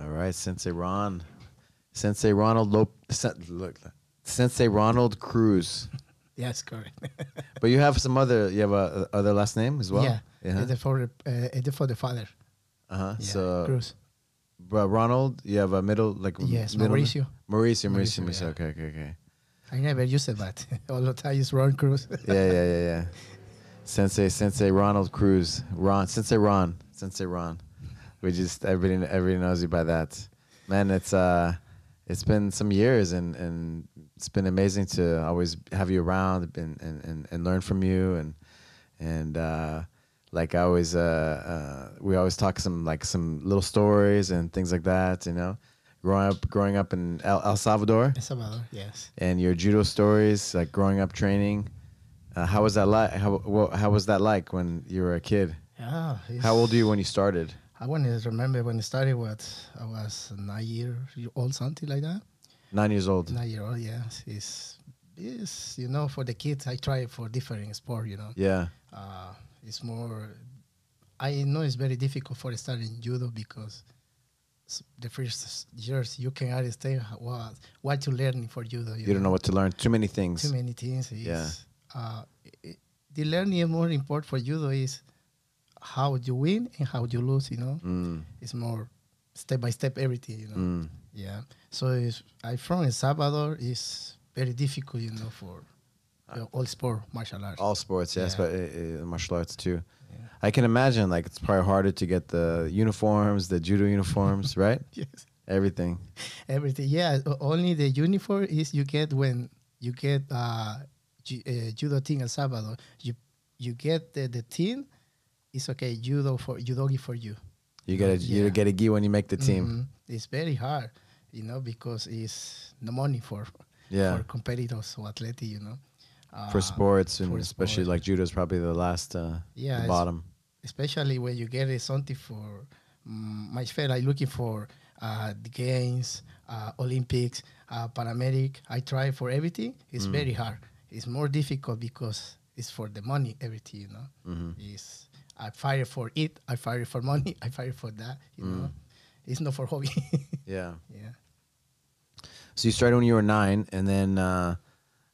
right, Sensei Ron, Sensei Ronald Lop, Sen- look, Sensei Ronald Cruz. Yes, correct. But you have some other. You have a, a other last name as well. yeah, Uh-huh. either for the- uh, either for the father. Uh-huh. Yeah, so, Cruz. but Ronald, you have a middle like Yes, middle name? Mauricio. Mauricio, Mauricio, Mauricio, Mauricio. yeah. Okay, okay, okay. I never used it, but all the time is Ron Cruz. Yeah, yeah, yeah, yeah. Sensei, Sensei Ronald Cruz, Ron, Sensei Ron, Sensei Ron. We just everybody everybody knows you by that. Man, it's uh, it's been some years, and and it's been amazing to always have you around and and and, and learn from you, and and uh, like I always uh, uh, we always talk some like some little stories and things like that, you know. Growing up, growing up in El, El Salvador El Salvador, yes. and your judo stories, like growing up training. Uh, how was that like? How wha- how was that like when you were a kid? Yeah. Ah, How old were you when you started? I want to remember when I started. What I was nine year old, something like that. Nine years old. Nine year old, yes. It's, it's you know for the kids. I try for different sport. You know, Yeah, uh, it's more. I know it's very difficult for starting judo because s- the first years you can understand what what you learning for judo. you don't know what to learn. Too many things. too many things. Is, Yeah. Uh, i- i- the learning is more important for judo is how you win and how you lose. You know, Mm, it's more step by step everything. You know. mm. Yeah. So it's, I from El Salvador is very difficult, you know, for Ah. uh, all sport martial arts. All sports, yes, Yeah. but uh, uh, martial arts too. Yeah. I can imagine. Like it's probably harder to get the uniforms, the judo uniforms, right? Yes. Everything. Everything. Yeah. o- Only the uniform is you get when you get uh, ju- uh, judo team El Salvador. You you get the, the team. It's okay. Judo for judogi for you. You get a you Yeah. get a gi when you make the team. Mhm. It's very hard, you know, because it's no money for Yeah, for competitors or athlete, you know. Uh, for, sports and for especially sport. like judo is probably the last, uh, Yeah, the it's- bottom. especially when you get uh, something for mm, my friend, I looking for uh, the games, uh, Olympics, uh, paramedic. I try for everything. It's very hard. It's more difficult because it's for the money. Everything you know. Mm-hmm. It's I fire for it. I fire for money. I fire for that. You know, it's not for hobby. Yeah. yeah. So you started when you were nine, and then uh,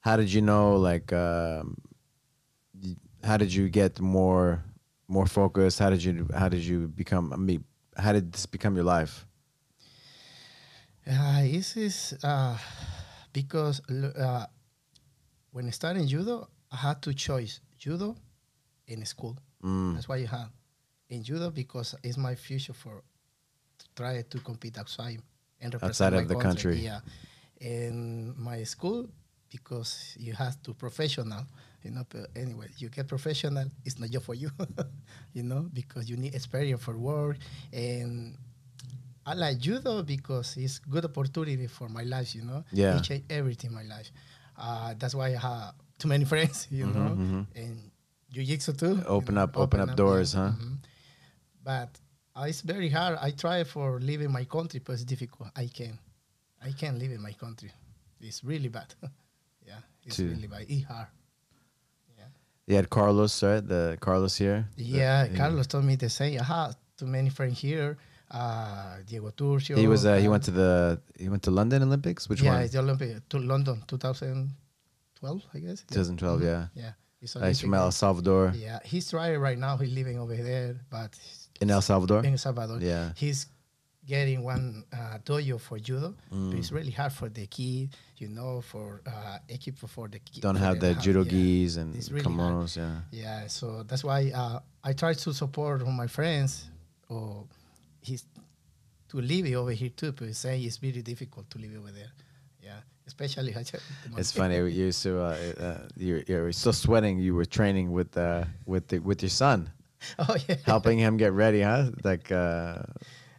how did you know? Like, um, y- how did you get more more focused? How did you how did you become? I mean, how did this become your life? Uh, this is uh, because l- uh, when I started judo, I had two choice: judo and school. Mm, That's why you have in judo because it's my future for to try to compete outside and represent Outside my of the country. Yeah, in my school because you have to professional. You know, but anyway, you get professional. It's not just for you, you know, because you need experience for work. And I like judo because it's good opportunity for my life. You know, Yeah. it changed everything in my life. Uh, that's why I have too many friends. You Mm-hmm, know, and jiu-jitsu too Open up- open up doors, huh? mhm. But uh, it's very hard. I try for leaving my country, but it's difficult. I can, I can't live in my country. It's really bad. yeah, it's Too. really bad. It's hard. Yeah, you had Carlos, right? The Carlos here. The- yeah. Carlos told me the same. I have too many friends here. Uh, Diego Turcio. He was uh, he um, went to the he went to London Olympics. Which yeah, one? it's the Olympic to London, 2012, I guess. Yeah. 2012. Yeah, Yeah, it's Uh, he's from Olympic. El Salvador. Yeah, he's trying right now. He's living over there, but In El Salvador. in El Salvador. Yeah. He's getting one uh, dojo for judo, but Mm. it's really hard for the kid, you know, for uh, equip for the kid. Don't for have the ha- judo yeah. gis and It's really hard. kimonos. Yeah. Yeah, so that's why uh, I try to support all my friends or he's to live over here too, but he's saying it's really difficult to live over there. Yeah, especially. It's funny. You used to uh, uh, you're, you're still sweating. You were training with uh, with the, with your son. oh, yeah. helping him get ready, huh? Like uh,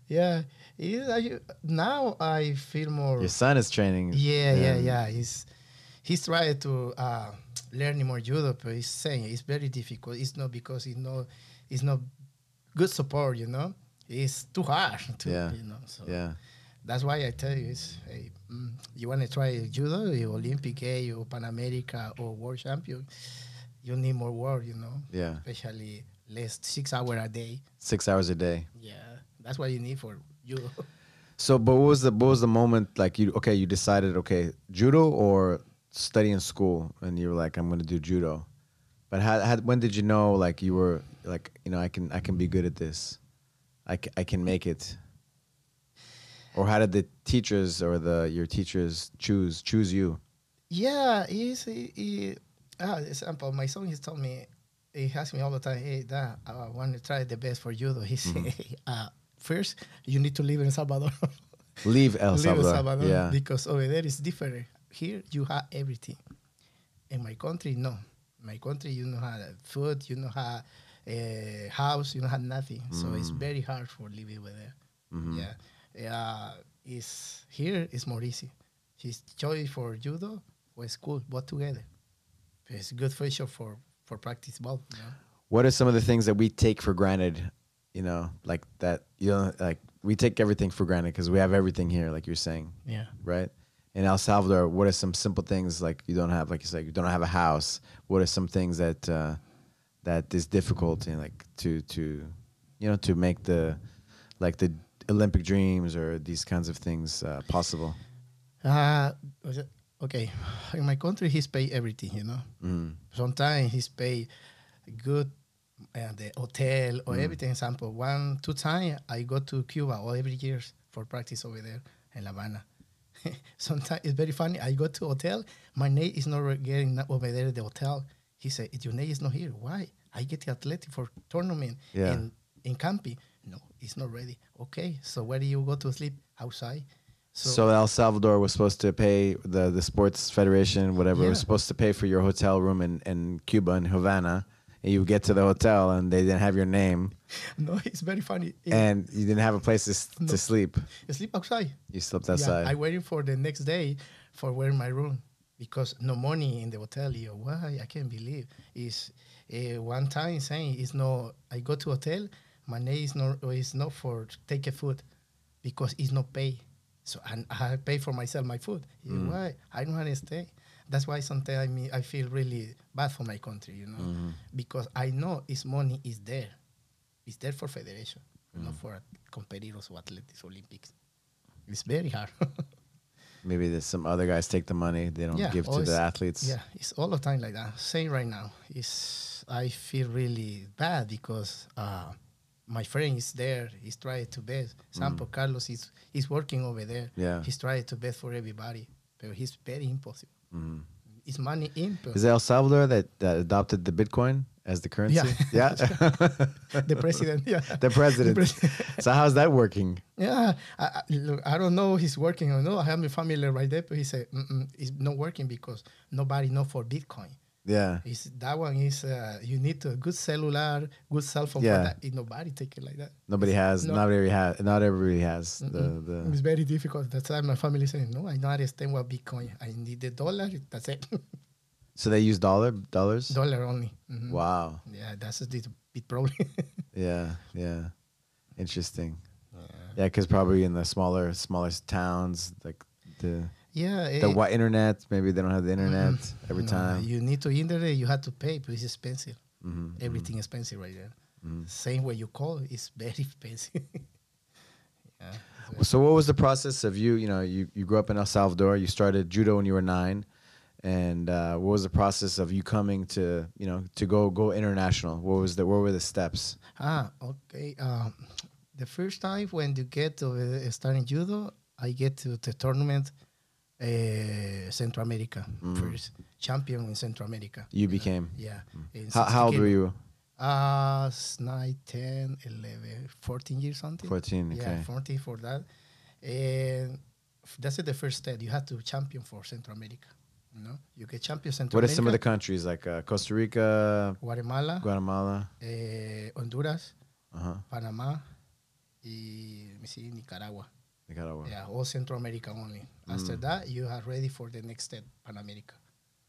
Yeah. Is- are you- now I feel more. your son is training. Yeah, yeah, and- yeah. He's he's trying to uh, learn more judo, but he's saying it's very difficult. It's not because it's not it's not good support, you know. It's too hard, to, Yeah. you know. So yeah. that's why I tell you, it's, hey, mm, you want to try judo, your Olympic A, or Pan America, or World Champion, you need more work, you know. Yeah. Especially less six hour a day. Six hours a day. Yeah, that's what you need for judo. So, but what was the what was the moment like you okay you decided okay judo or study in school and you were like I'm gonna do judo, but how, how when did you know like you were like you know I can I can be good at this, I ca- I can make it. Or how did the teachers or the your teachers choose choose you? Yeah, he's he, he ah, example. My son he's told me he asks me all the time, hey dad, I want to try the best for judo. He said, uh, first you need to live in Salvador. Leave El Live in Salvador. Salvador yeah. because over there is different. Here you have everything. In my country, no. my country, you don't have food, you don't have a house, you don't have nothing. So it's Mm. very hard for living over there. Mm-hmm. Yeah, yeah. It's here. It's more easy. His choice for judo was cool. Both together, it's good for sure for for practice ball. You know? what are some of the things that we take for granted you know like that you know like we take everything for granted because we have everything here like you're saying Yeah. right in el salvador what are some simple things like you don't have like you said you don't have a house what are some things that uh that is difficult and like to to you know to make the like the olympic dreams or these kinds of things uh, possible Uh, was it- okay. In my country, he's pay everything, you know. Mm. Sometimes he's pay good uh, the hotel Mm. or everything. Example, one, two time I go to Cuba all every year for practice over there in La Habana. Sometimes it's very funny. I go to hotel, my name is not re- getting na- over there at the hotel. He said, your name is not here. Why? I get the athletic for tournament Yeah. in, in Campi. No, it's not ready. Okay, so where do you go to sleep? Outside. so, el salvador was supposed to pay the the sports federation whatever was Yeah. supposed to pay for your hotel room in, in cuba in havana and you get to the hotel and they didn't have your name No, it's very funny. It- and you didn't have a place to, s to No. sleep I sleep outside. you slept outside Yeah, I waiting for the next day for where my room because no money in the hotel. Yo, why? I can't believe. Is uh, one time saying it's no. I go to hotel. My name is not is not for take a food because it's not pay. So and I pay for myself my food. Yeah, Why? I don't understand. That's why sometimes I mean, I feel really bad for my country, you know, Mm-hmm. because I know it's money is there. It's there for federation, Mm. not for competitors or athletics, Olympics. It's very hard. maybe there's some other guys take the money they don't Yeah, give to always- the athletes yeah, it's all the time like that. Same right now. It's I feel really bad because uh, my friend is there. He's trying to best. Sampo Carlos is is working over there. Mm. Yeah. he's trying to best for everybody, but he's very impossible. Mhm. It's money impossible. is it el salvador that, that adopted the bitcoin as the currency yeah, the president. Yeah, the president pres- so how's that working yeah, I, I, look, I don't know if he's working or not. I have my family right there, but he said Mm-mm, it's not working because nobody know for Bitcoin. yeah It's, that one is uh, you need a good cellular, good cell phone. Yeah. For that. Ain't Nobody take it like that. nobody has No. not every has not everybody has the the It's very difficult. That's why my family saying, "No, I don't understand what Bitcoin. I need the dollar. That's it. so they use dollar dollars dollar only." Mhm. wow Yeah, that's the big problem. Yeah, yeah. Interesting. Yeah, because probably in the smaller, smaller towns, like the yeah, the eh, what internet, maybe they don't have the internet every Mm-hmm. no, time. Mm-hmm, you need to internet, you have to pay, but it's expensive. Everything expensive right there. Same way you call, it's very expensive. yeah. so what was the process of you? You know, you you grew up in El Salvador. You started judo when you were nine, and uh, what was the process of you coming to you know to go go international? What was the what were the steps? Ah, okay. Um, the first time when you get to uh, starting judo, I get to the tournament, uh, Central America first champion in Central America. Mm. You became Mm. Yeah. in how, 60 how old kilo. were you? Uh, s- 9, 10, 11, 14 years something. 14, okay. Yeah, 14 for that. And f- that's the first step. You have to champion for Central America. You know, you get champion Central What are America. some of the countries like uh, Costa Rica, Guatemala, Guatemala? eh, Honduras, Uh huh. Panamá y let me see, Nicaragua. Nicaragua. Yeah, all Central America only. After that, you are ready for the next step, Pan America.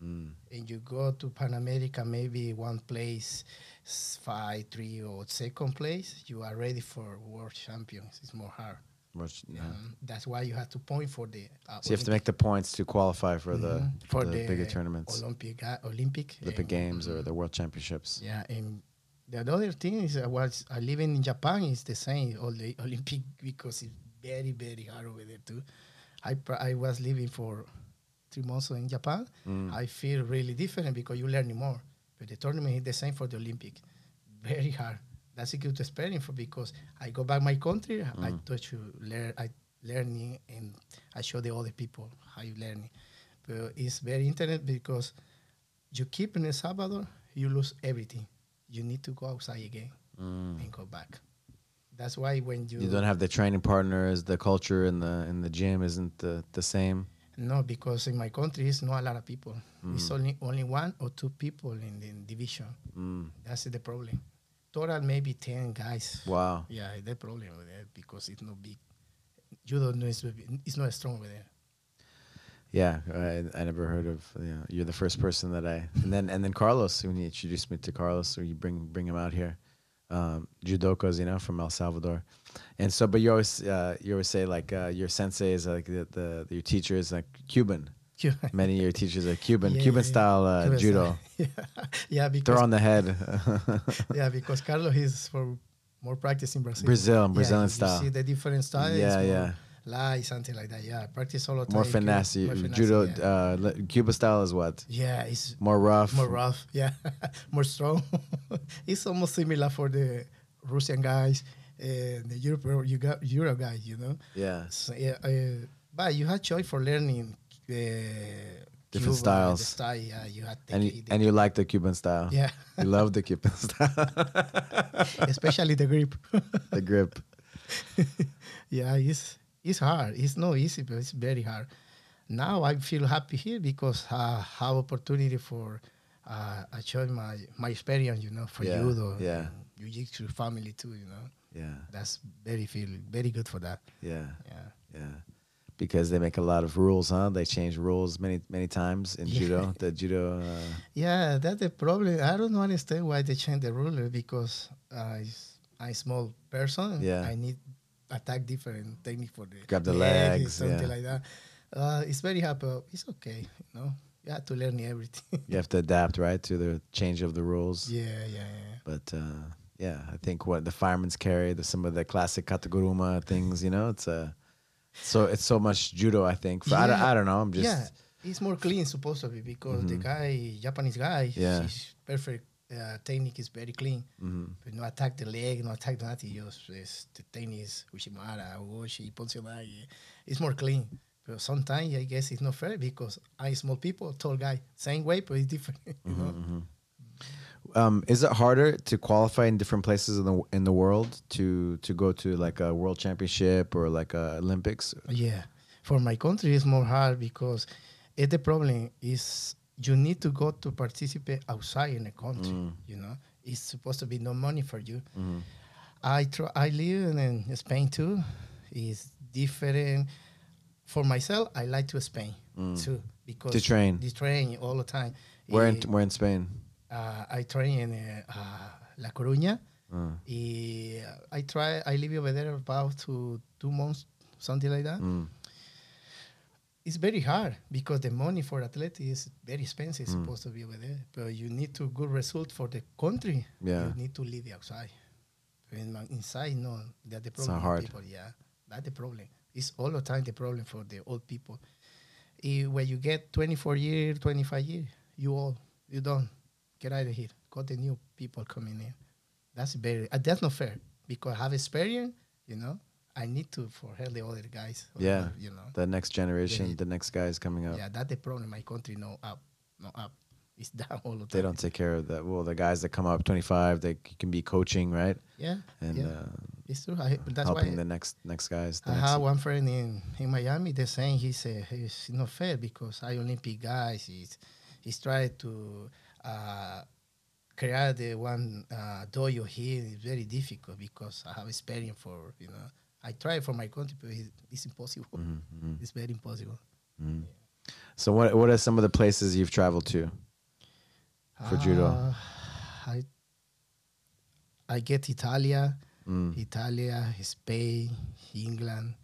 Mm. And you go to Pan America, maybe one place, s- five, three, or second place. You are ready for world champions. It's more hard. Much, Um, that's why you have to point for the. Uh, So you have to make the points to qualify for the, Mhm. for the, bigger tournaments, Olympic, uh, Olympic, Olympic and- Games, or the Mm-hmm. World Championships. Yeah, and uh, the other thing is I was I living in Japan is the same all the Olympic because it's very very hard over there too. I pr- I was living for three months in Japan. Mm, I feel really different because you learn more. But the tournament is the same for the Olympic. Very hard. That's a good experience for because I go back my country. I try to learn. I learning and I show the other people how you learning. But it's very interesting because you keep in El Salvador, you lose everything. You need to go outside again mm. and go back. That's why when you, You don't have the training partners, the culture in the in the gym isn't the, the same. no, because in my country it's not a lot of people. It's only only one or two people in the division. Mm. That's the problem. Total maybe ten guys. Wow. Yeah, the problem with that because it's not big. You don't know it's, it's not strong with it. Yeah, I, I never heard of. You know, you're the first person that I and then and then Carlos when you introduced me to Carlos or you bring bring him out here, um, judokas you know from El Salvador, and so but you always uh, you always say like uh, your sensei is like the, the your teacher is like Cuban. Many of your teachers are Cuban Yeah, Cuban yeah, yeah. style uh, Cuban judo. style. yeah. yeah, Throw because on the head. yeah, because Carlos is for more practice in Brazil. Brazil, Yeah, Brazilian you style. See the different style. is Yeah, more yeah. Lie something like that. Yeah, practice all the time. more Cuba- finesse. You- more finesse, judo, Yeah. uh, le- Cuba style is what? yeah, it's More rough. more rough. Yeah, more strong. it's almost similar for the Russian guys, and the Europe, you got Euro guys. You know. Yeah. So, yeah, uh, but you had choice for learning uh, Cuba, Different The styles. style, yeah, you had the And key, you, the and you like the Cuban style. Yeah. You love the Cuban style. especially the grip. the grip. yeah, it's it's hard. It's not easy, but it's very hard. Now I feel happy here because I have opportunity for uh, I show my my experience, you know, for Yeah, judo, yeah. and jiu-jitsu family too, you know. Yeah. That's very feel very good for that. Yeah. Yeah. Yeah. Because they make a lot of rules, huh? They change rules many many times in Yeah. judo. The judo. Uh, Yeah, that's the problem. I don't understand why they change the rule because uh, it's- I'm a small person. Yeah. I need attack different technique for the Grab the leg legs, something yeah. like that. Uh, it's very hard, but it's okay. You know, you have to learn everything. you have to adapt, right, to the change of the rules. yeah, yeah, yeah. But uh, yeah, I think what the firemen's carry, the, some of the classic kataguruma things, you know, it's a. So it's so much judo, I think. For, I, don't, Yeah. I don't know. I'm just Mm-hmm. yeah, it's more clean supposed to be because the guy, Japanese guy, Yeah. his perfect uh, technique is very clean. mm-hmm. But no attack the leg, no attack nothing. Just it's the technique is Ushimara, Ogoshi, Ponsionari. It's more clean. But sometimes I guess it's not fair because I small people, tall guy, same way, but it's different. You know? Mm-hmm. Um, is it harder to qualify in different places in the in the world to to go to like a world championship or like a Olympics? Yeah, for my country it's more hard because it, the problem is you need to go to participate outside in the country. You know, it's supposed to be no money for you. I try, I live in, in Spain too. It's different. For myself, I like to Spain too because Mm. To train. the train all the time. We're in Eh, we're in Spain. uh, I train in uh, uh, La Coruña. Mm, Y I try. I live over there about to two months, something like Mm. that. It's very hard because the money for athlete is very expensive. Mm. It's supposed to be over there, but you need to good result for the country. Yeah. you need to live outside. And my- inside, no, that the It's problem. hard. People, yeah, that's the problem. It's all the time the problem for the old people. Eh, when you get 24 year, 25 year, you all, you don't get out of here. Got the new people coming in. That's very, uh, that's not fair because I have experience, you know. I need to for help the other guys. or Yeah. you know. The next generation, They- the next guy is coming up. Yeah, that's the problem. My country no up, no up. It's down all the time. They don't take care of that. Well, the guys that come up 25, they c- can be coaching, right? Yeah, And yeah. uh, it's true. I, that's helping why the next next guys. The I next- have one friend in, in Miami. The same, he said it's not fair because I Olympic guys is he's trying to uh, create the one uh, dojo here. It's very difficult because I have experience for you know. I try for my country, but it's, it's impossible. Mm. It's very impossible. Mm-hmm, So what what are some of the places you've traveled to? For judo. Uh, I I get Italia, Mm. Italia, Spain, England,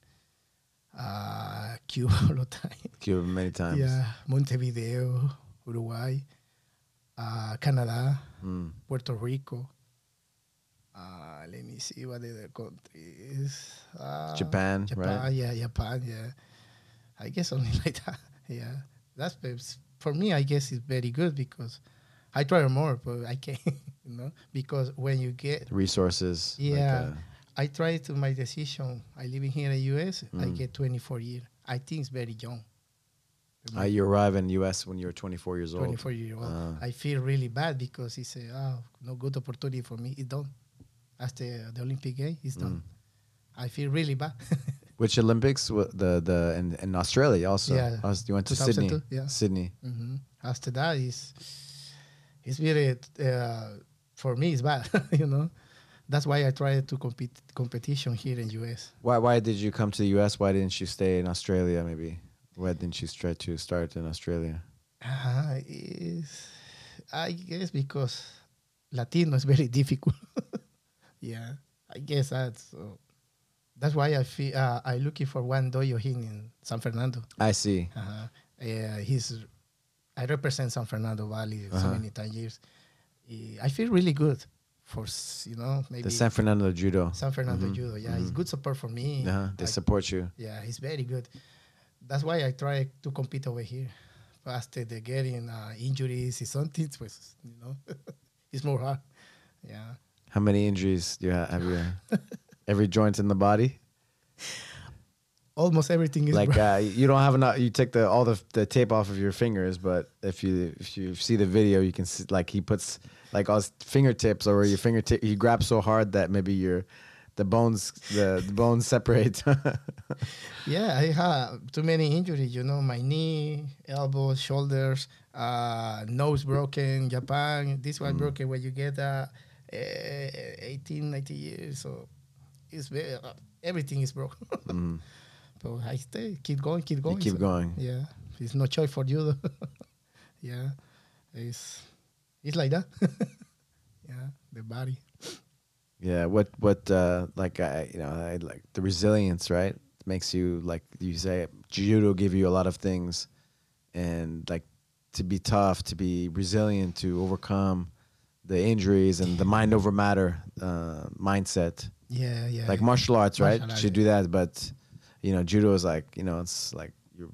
uh, Cuba all the time. Cuba many times. Yeah, Montevideo, Uruguay, uh, Canada, Mm. Puerto Rico, Uh, let me see what the other country is. Uh, Japan, Japan, right? yeah, Japan, yeah. I guess something like that. Yeah, that's it's- for me. I guess it's very good because I try more, but I can't. You know, because when you get Resources. like, uh, Yeah. I try to my decision. I live in here in the US. I Mm. get 24 years. I think it's very young. uh, you arrive in U.S. when you were 24 years old. 24 year old. Ah. I feel really bad because it's a oh, no good opportunity for me. It's done. After the Olympic game, it's done. I feel really bad. Which Olympics? wa- The the in, in Australia also. Yeah. Aus- You went to Sydney. 2002, yeah. Sydney. hmm After that, it's it's really uh, for me it's bad. you know, that's why I try to compete competition here in US. Why why did you come to the U.S.? Why didn't you stay in Australia? Maybe. Why didn't you try to start in Australia? Uh, it's, I guess because Latino is very difficult. yeah, I guess that's uh, that's why I feel uh, I looking for one doyo here in San Fernando. I see. Uh-huh. Yeah, he's. I represent San Fernando Valley so Uh-huh. many times years. Eh, I feel really good for s- you know maybe The San Fernando Judo. San Fernando Mhm, Judo. Yeah, it's mhm. good support for me. Uh-huh. They I- support you. yeah, he's very good. That's why I try to compete over here. But after the getting uh, injuries or something, pues, you know, it's more hard. Yeah. How many injuries do you have? have you, every joint in the body? Almost everything is like broke. uh, you don't have enough. You take the all the, the tape off of your fingers, but if you if you see the video, you can see like he puts like all his fingertips over your fingertip. He grabs so hard that maybe your the bones the, the bones separate. Yeah, I have too many injuries. You know, my knee, elbows, shoulders, uh, nose broken. Japan, this Mm. one broken when you get uh, eh, 18, 19 years. So it's very, uh, everything is broken. Mm. But I stay, keep going, keep you going. keep so- going. Yeah, it's no choice for you. yeah, it's it's like that. yeah, the body. Yeah. What what uh, like I you know I like the resilience right makes you like you say judo give you a lot of things, and like to be tough, to be resilient, to overcome the injuries and the mind over matter uh, mindset. Yeah, yeah. Like martial arts, right? Martial arts, Should do that, but you know judo is like you know it's like your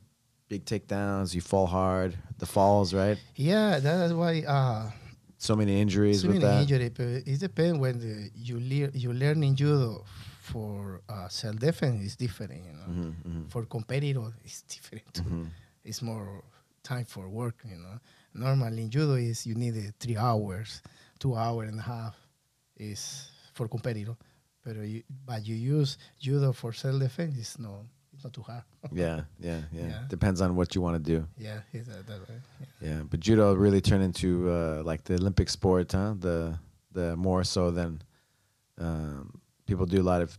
big takedowns, you fall hard, the falls, right? yeah, that's why. Uh, So many injuries so with many that. injury, but it depends when the, you lear, you learn in judo for uh, self defense is different. You know, Mhm, mhm, for competitor it's different. too. mhm. It's more time for work. You know, normally in judo is you need uh, three hours, two hour and a half is for competitor. But you, but you use judo for self defense. It's no, it's not too hard. Yeah, yeah, yeah, Yeah. Depends on what you want to do. yeah, it's, uh, that way. Yeah. Yeah, but judo really turned into uh, like the Olympic sport, huh? The the more so than um, people do a lot of.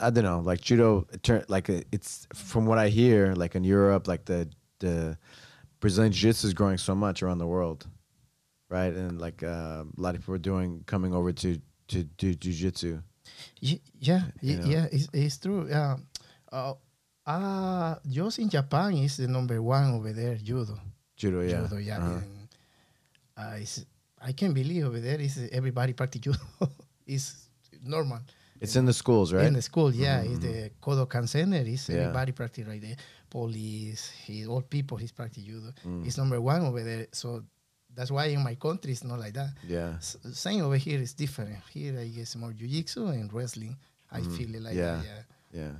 I don't know, like judo. It turn, like uh, it's from what I hear, like in Europe, like the the Brazilian jiu-jitsu is growing so much around the world, right? And like uh, a lot of people are doing coming over to to do jiu-jitsu. Ye- yeah, ye- You know? yeah, it's, it's true. Yeah, uh, uh, just in Japan is the number one over there judo. Judo, yeah, judo, yeah. Uh-huh. and, uh, it's, I can't believe over there is everybody practice judo. it's normal. It's in the schools, right? Mm. In the school, yeah, it's the Kodokan Center. It's Yeah. everybody practice right there. Police, he, all people, he's practice judo. Mm. It's number one over there. So that's why in my country it's not like that. yeah, S- same over here is different. Here I guess more jiu-jitsu and wrestling. I feel it like Mm. Yeah. that. Yeah. Yeah.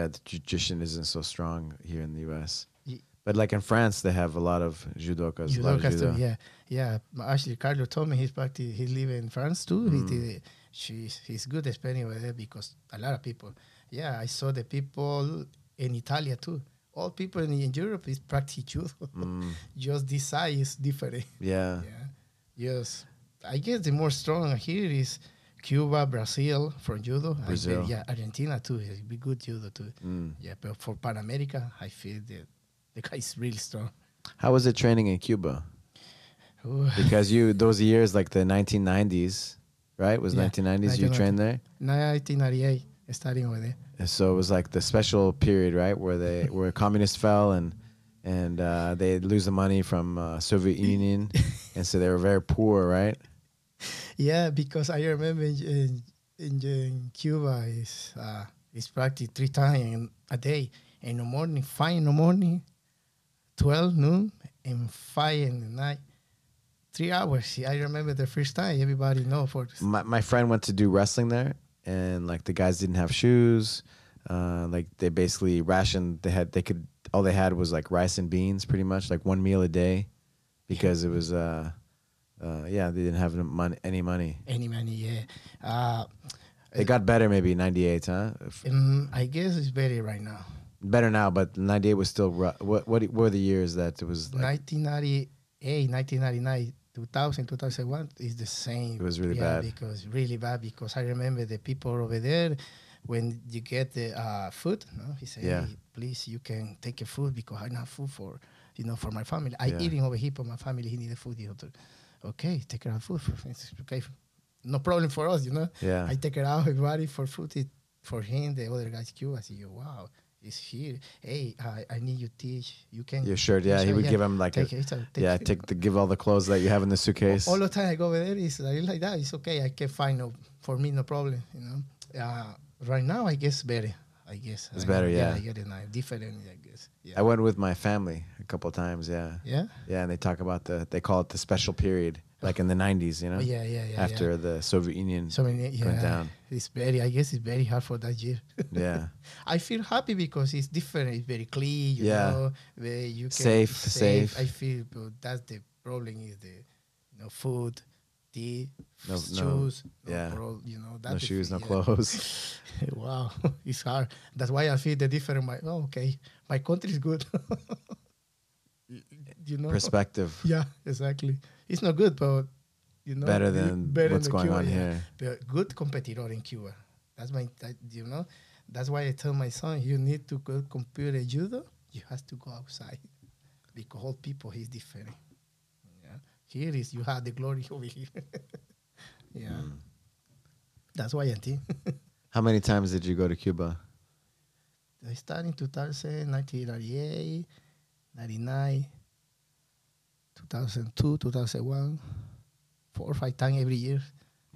Yeah, the judician isn't so strong here in the US. Ye- But like in France, they have a lot of judokas. a lot of Judokas judo. too, yeah, yeah. M- Actually, Carlo told me he's practicing. He live in France too. Mm. He did. it. She's he's good at Spanish over there because a lot of people. Yeah, I saw the people in Italy too. All people in, in Europe is practice judo. Mm. Just the size is different. yeah. Yeah. Yes. I guess the more strong here is Cuba, Brazil from judo. I Brazil. feel, yeah, Argentina too. It'd be good judo too. Mm. Yeah, but for Pan America, I feel that the guy is really strong. How was it training in Cuba? Ooh. Because you, those years, like the 1990s, right? Was Yeah, 1990s you 1990. trained there? 1998, starting over there. And so it was like the special period, right? Where they, where communists fell and, and uh, they lose the money from uh, Soviet Union. and so they were very poor, right? yeah, because I remember in, in, in, in Cuba is uh, is practice three times a day in the morning, five in the morning, twelve noon, and five in the night. Three hours. I remember the first time. Everybody know for my, my friend went to do wrestling there and like the guys didn't have shoes uh, like they basically rationed they had they could all they had was like rice and beans pretty much like one meal a day because it was uh, uh yeah they didn't have mon- any money any money. Yeah, uh, it got better maybe 98 huh If- um, I guess it's better right now. better now but 98 was still rough. what what were the years that it was like 1998, 1999, 2000, 2001 is the same. It was really yeah, bad. Because really bad because I remember the people over there when you get the uh, food, no? he said, Yeah. "Hey, please, you can take a food because I don't have food for, you know, for my family. Yeah. I eating over here, but my family, he needed food. He told, okay, take her out food. It's okay, no problem for us, you know. yeah I take it out everybody for food it, for him. The other guys queue. I say, "Yo, wow, it's here. Hey, I, I need you teach. You can. your shirt yeah he Sure, would give him like a, Take it, it's a- take yeah it. take the give all the clothes that you have in the suitcase All the time I go over there is like, like that. It's okay. I can find no for me no problem. You know. Uh, right now I guess better. I guess It's I- better, yeah. I get it now. Different. I guess. Yeah. I went with my family a couple times yeah yeah. yeah and they talk about the they call it the special period like in the 90s you know Oh, yeah. Yeah. Yeah. after Yeah. the Soviet Union So many. Yeah. went down It's very. I guess it's very hard for that year. yeah I feel happy because it's different. It's very clean. You Yeah. know, where you can Safe, safe. I feel, but that's the problem is the no food, tea, No- shoes, no- yeah. bro- you know, that's no the shoes no thing, clothes yeah. wow, it's hard. That's why I feel the different. My oh, okay, my country is good. you know, perspective yeah, exactly. It's not good, but you know, better the- than what's than going Cuba, on yeah here the good competitor in Cuba. That's my, that, you know, that's why I tell my son, you need to go compete in judo. You have to go outside because all people is different. Yeah, here is you have the glory over here. yeah, that's why I think Mm. how many times did you go to Cuba I started in 2000, 1998, 99, 2002, 2001, four or five times every year.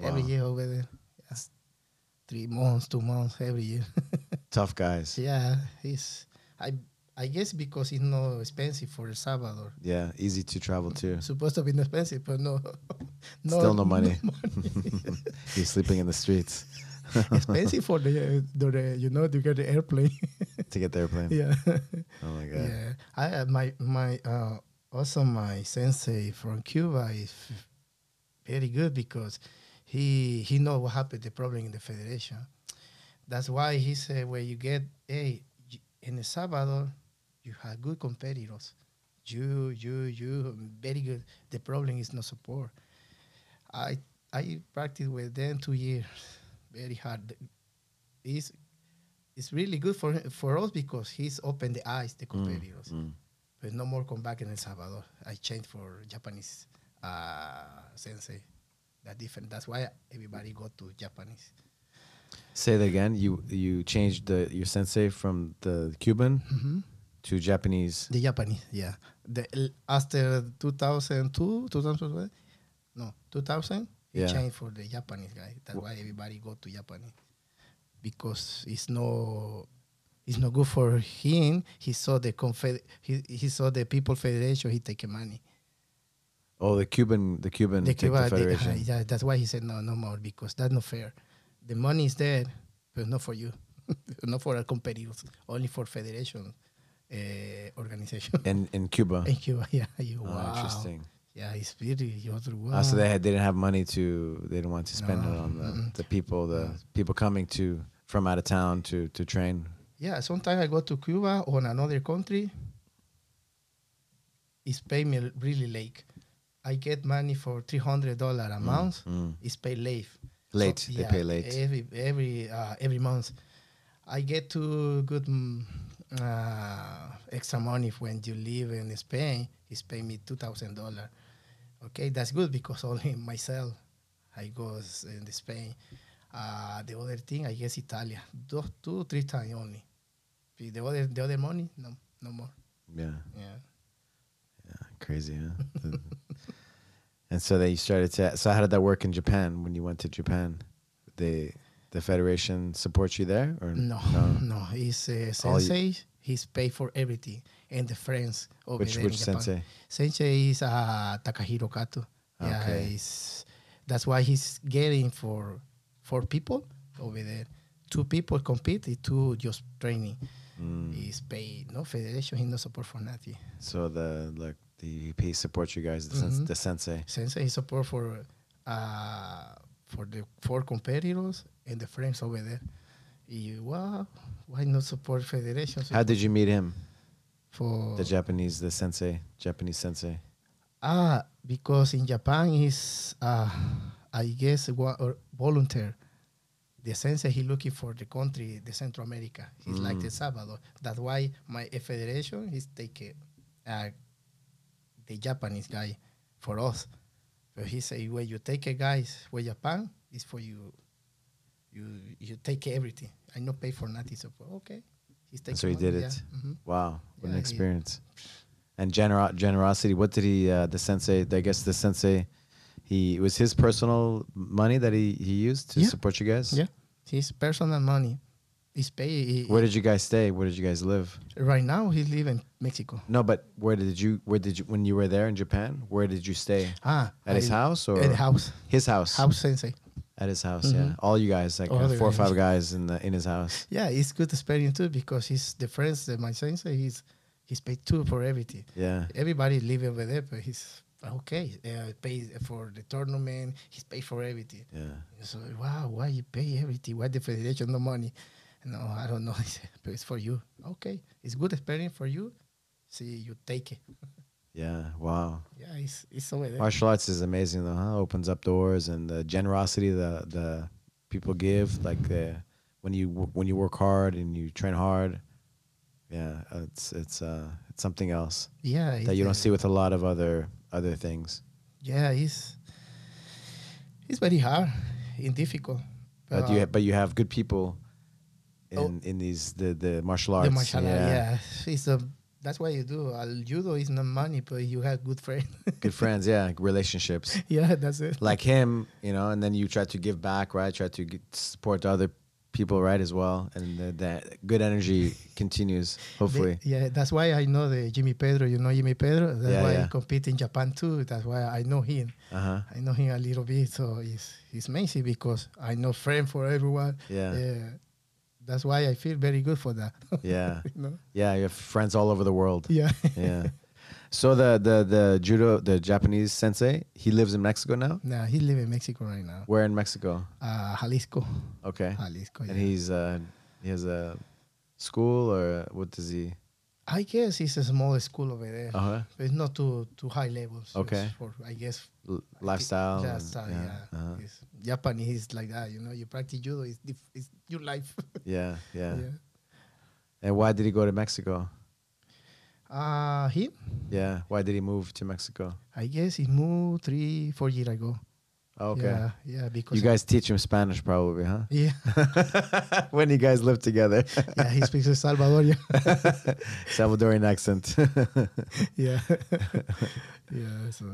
Every Wow. year over there. Yes. Three months, two months, every year. tough guys yeah, it's, I, I guess because it's not expensive for El Salvador. yeah easy to travel to Supposed to be expensive, but no. Still no money. money. you're sleeping in the streets expensive for the, the, the, you know, to get the airplane. to get the airplane yeah. oh my god Yeah, I uh, my my uh, also my sensei from Cuba is f- very good because he he know what happened the problem in the federation. That's why he said when you get hey you- in El Salvador, you have good competitors, you you you very good. The problem is no support. I I practiced with them two years, very hard. It's it's really good for for us because he's opened the eyes the competitors. mm. But no more come back in El Salvador. I changed for Japanese uh, sensei. That different. That's why everybody go to Japanese. Say that again. You you changed the your sensei from the Cuban to Japanese. The Japanese, yeah. The l- after 2002, 2002, no, 2000, he Yeah. changed for the Japanese guy. That's why everybody go to Japanese because it's no, it's no good for him. He saw the confed, he, he saw the People Federation. He taking money. Oh, the Cuban the Cuban The take the Cuba, the- uh, federation. yeah, that's why he said no, no more because that's not fair. The money is there, but not for you, not for our competitors, only for federation uh, organization. in in Cuba. In Cuba, yeah. You, Oh, wow. Interesting. Yeah, it's really the other world. Ah, so they had, they didn't have money to they didn't want to spend it No, on the, mm-mm. the people the people coming to from out of town to to train. yeah, sometimes I go to Cuba or another country. It's pay me l- really late. I get money for three hundred dollar a month. mm. It's pay late. Late, they pay late. every every uh, every month. I get to good mm, uh, extra money when you live in Spain. It's pay me two thousand dollar. Okay, that's good because only myself I goes in the Spain. Uh, the other thing, I guess Italia, two, two three times only. The the other, the other money, no, no more. Yeah, Yeah. crazy, huh? The- And so they started to. So how did that work in Japan when you went to Japan? The the federation supports you there or No, no, He's uh, Mm, All you- sensei. He's paid for everything, and the friends over Which there which in Japan. sensei? Sensei is uh, Takahiro Kato. Yeah, Okay. he's, that's why he's getting for four people over there. Two people compete, and two just training. Mm-hmm. He's paid no federation. He no support for nothing. Mm. So the like the EP supports you guys. The, sens- Mhm. the sensei. Sensei he support for uh, for the four competitors and the friends over there. You wow, why not support federation? How did you meet him? for The Japanese, the sensei, Japanese sensei. Ah, because in Japan is uh, I guess wa- or volunteer. The sensei he looking for the country, the Central America. Mm. He's like the Salvador. That's why my federation is take uh, the Japanese guy for us. But he say when you take a guys for Japan, it's for you. You you take everything. I no pay for nothing. So okay, he's And so he did yeah, it. mhm. Wow, what an Yeah, he- experience! And genero- generosity. What did he? Uh, the sensei. I guess the sensei. He it was his personal money that he he used to Yeah. support you guys. Yeah, his personal money. He's pay. eh, he- Where did you guys stay? Where did you guys live? Right now, he live in Mexico. No, but where did you? Where did you? When you were there in Japan, where did you stay? Ah, At his house or At house, his house? house sensei. At his house. Yeah. Mhm. All you guys, like All uh, the four or guys. five guys in the in his house. Yeah, it's good experience too because he's the friends that my sensei. He's he's paid too for everything. Yeah. Everybody live over there, but he's okay. Uh, pay for the tournament. He's paid for everything. Yeah. So wow, why you pay everything? Why the federation no money? No, I don't know. He said, but it's for you. Okay, it's good experience for you. See, you take it. Yeah. Wow. Yeah, it's it's over there. Martial arts is amazing though, huh? Opens up doors and the generosity the the people give, like the when you wo- when you work hard and you train hard. Yeah, uh, it's it's uh it's something else Yeah, that it's you don't the- see with a lot of other other things. Yeah, it's it's very hard and difficult. uh, But you ha- but you have good people in Oh. in these the the martial arts. the martial art, yeah, it's a that's why you do. Al judo is not money, but you have good friends. Good friends, yeah, relationships. yeah, that's it. like him, you know, and then you try to give back, right? Try to get, support other people, right, as well, and the, that good energy continues. The- Hopefully, yeah, that's why I know the Jimmy Pedro. You know Jimmy Pedro. That's Yeah, why yeah. he compete in Japan too. That's why I know him. uh huh. I know him a little bit, so it's it's amazing because I know friend for everyone. Yeah. that's why I feel very good for that. Yeah, you know? yeah. You have friends all over the world. Yeah. Yeah. So the the the judo the Japanese sensei, he lives in Mexico now. Nah, he live in Mexico right now. Where in Mexico? Uh, Jalisco. Okay. Jalisco. And Ah, yeah. he's uh he has a school or what does he? I guess it's a small school over there. Uh huh. It's not too too high levels. just Okay. For I guess Lifestyle. and- Lifestyle, yeah. Uh-huh. It's- Japanese is like that. You know, you practice judo. It's, dif- it's your life. yeah. Yeah. yeah. And why did he go to Mexico? Uh, him. Yeah. Why did he move to Mexico? I guess he moved three four years ago. Okay. Yeah. Yeah. Because You guys teach him Spanish probably, huh? Yeah. when you guys live together. yeah. He speaks Salvadorian. Salvadorian accent. yeah. yeah. So,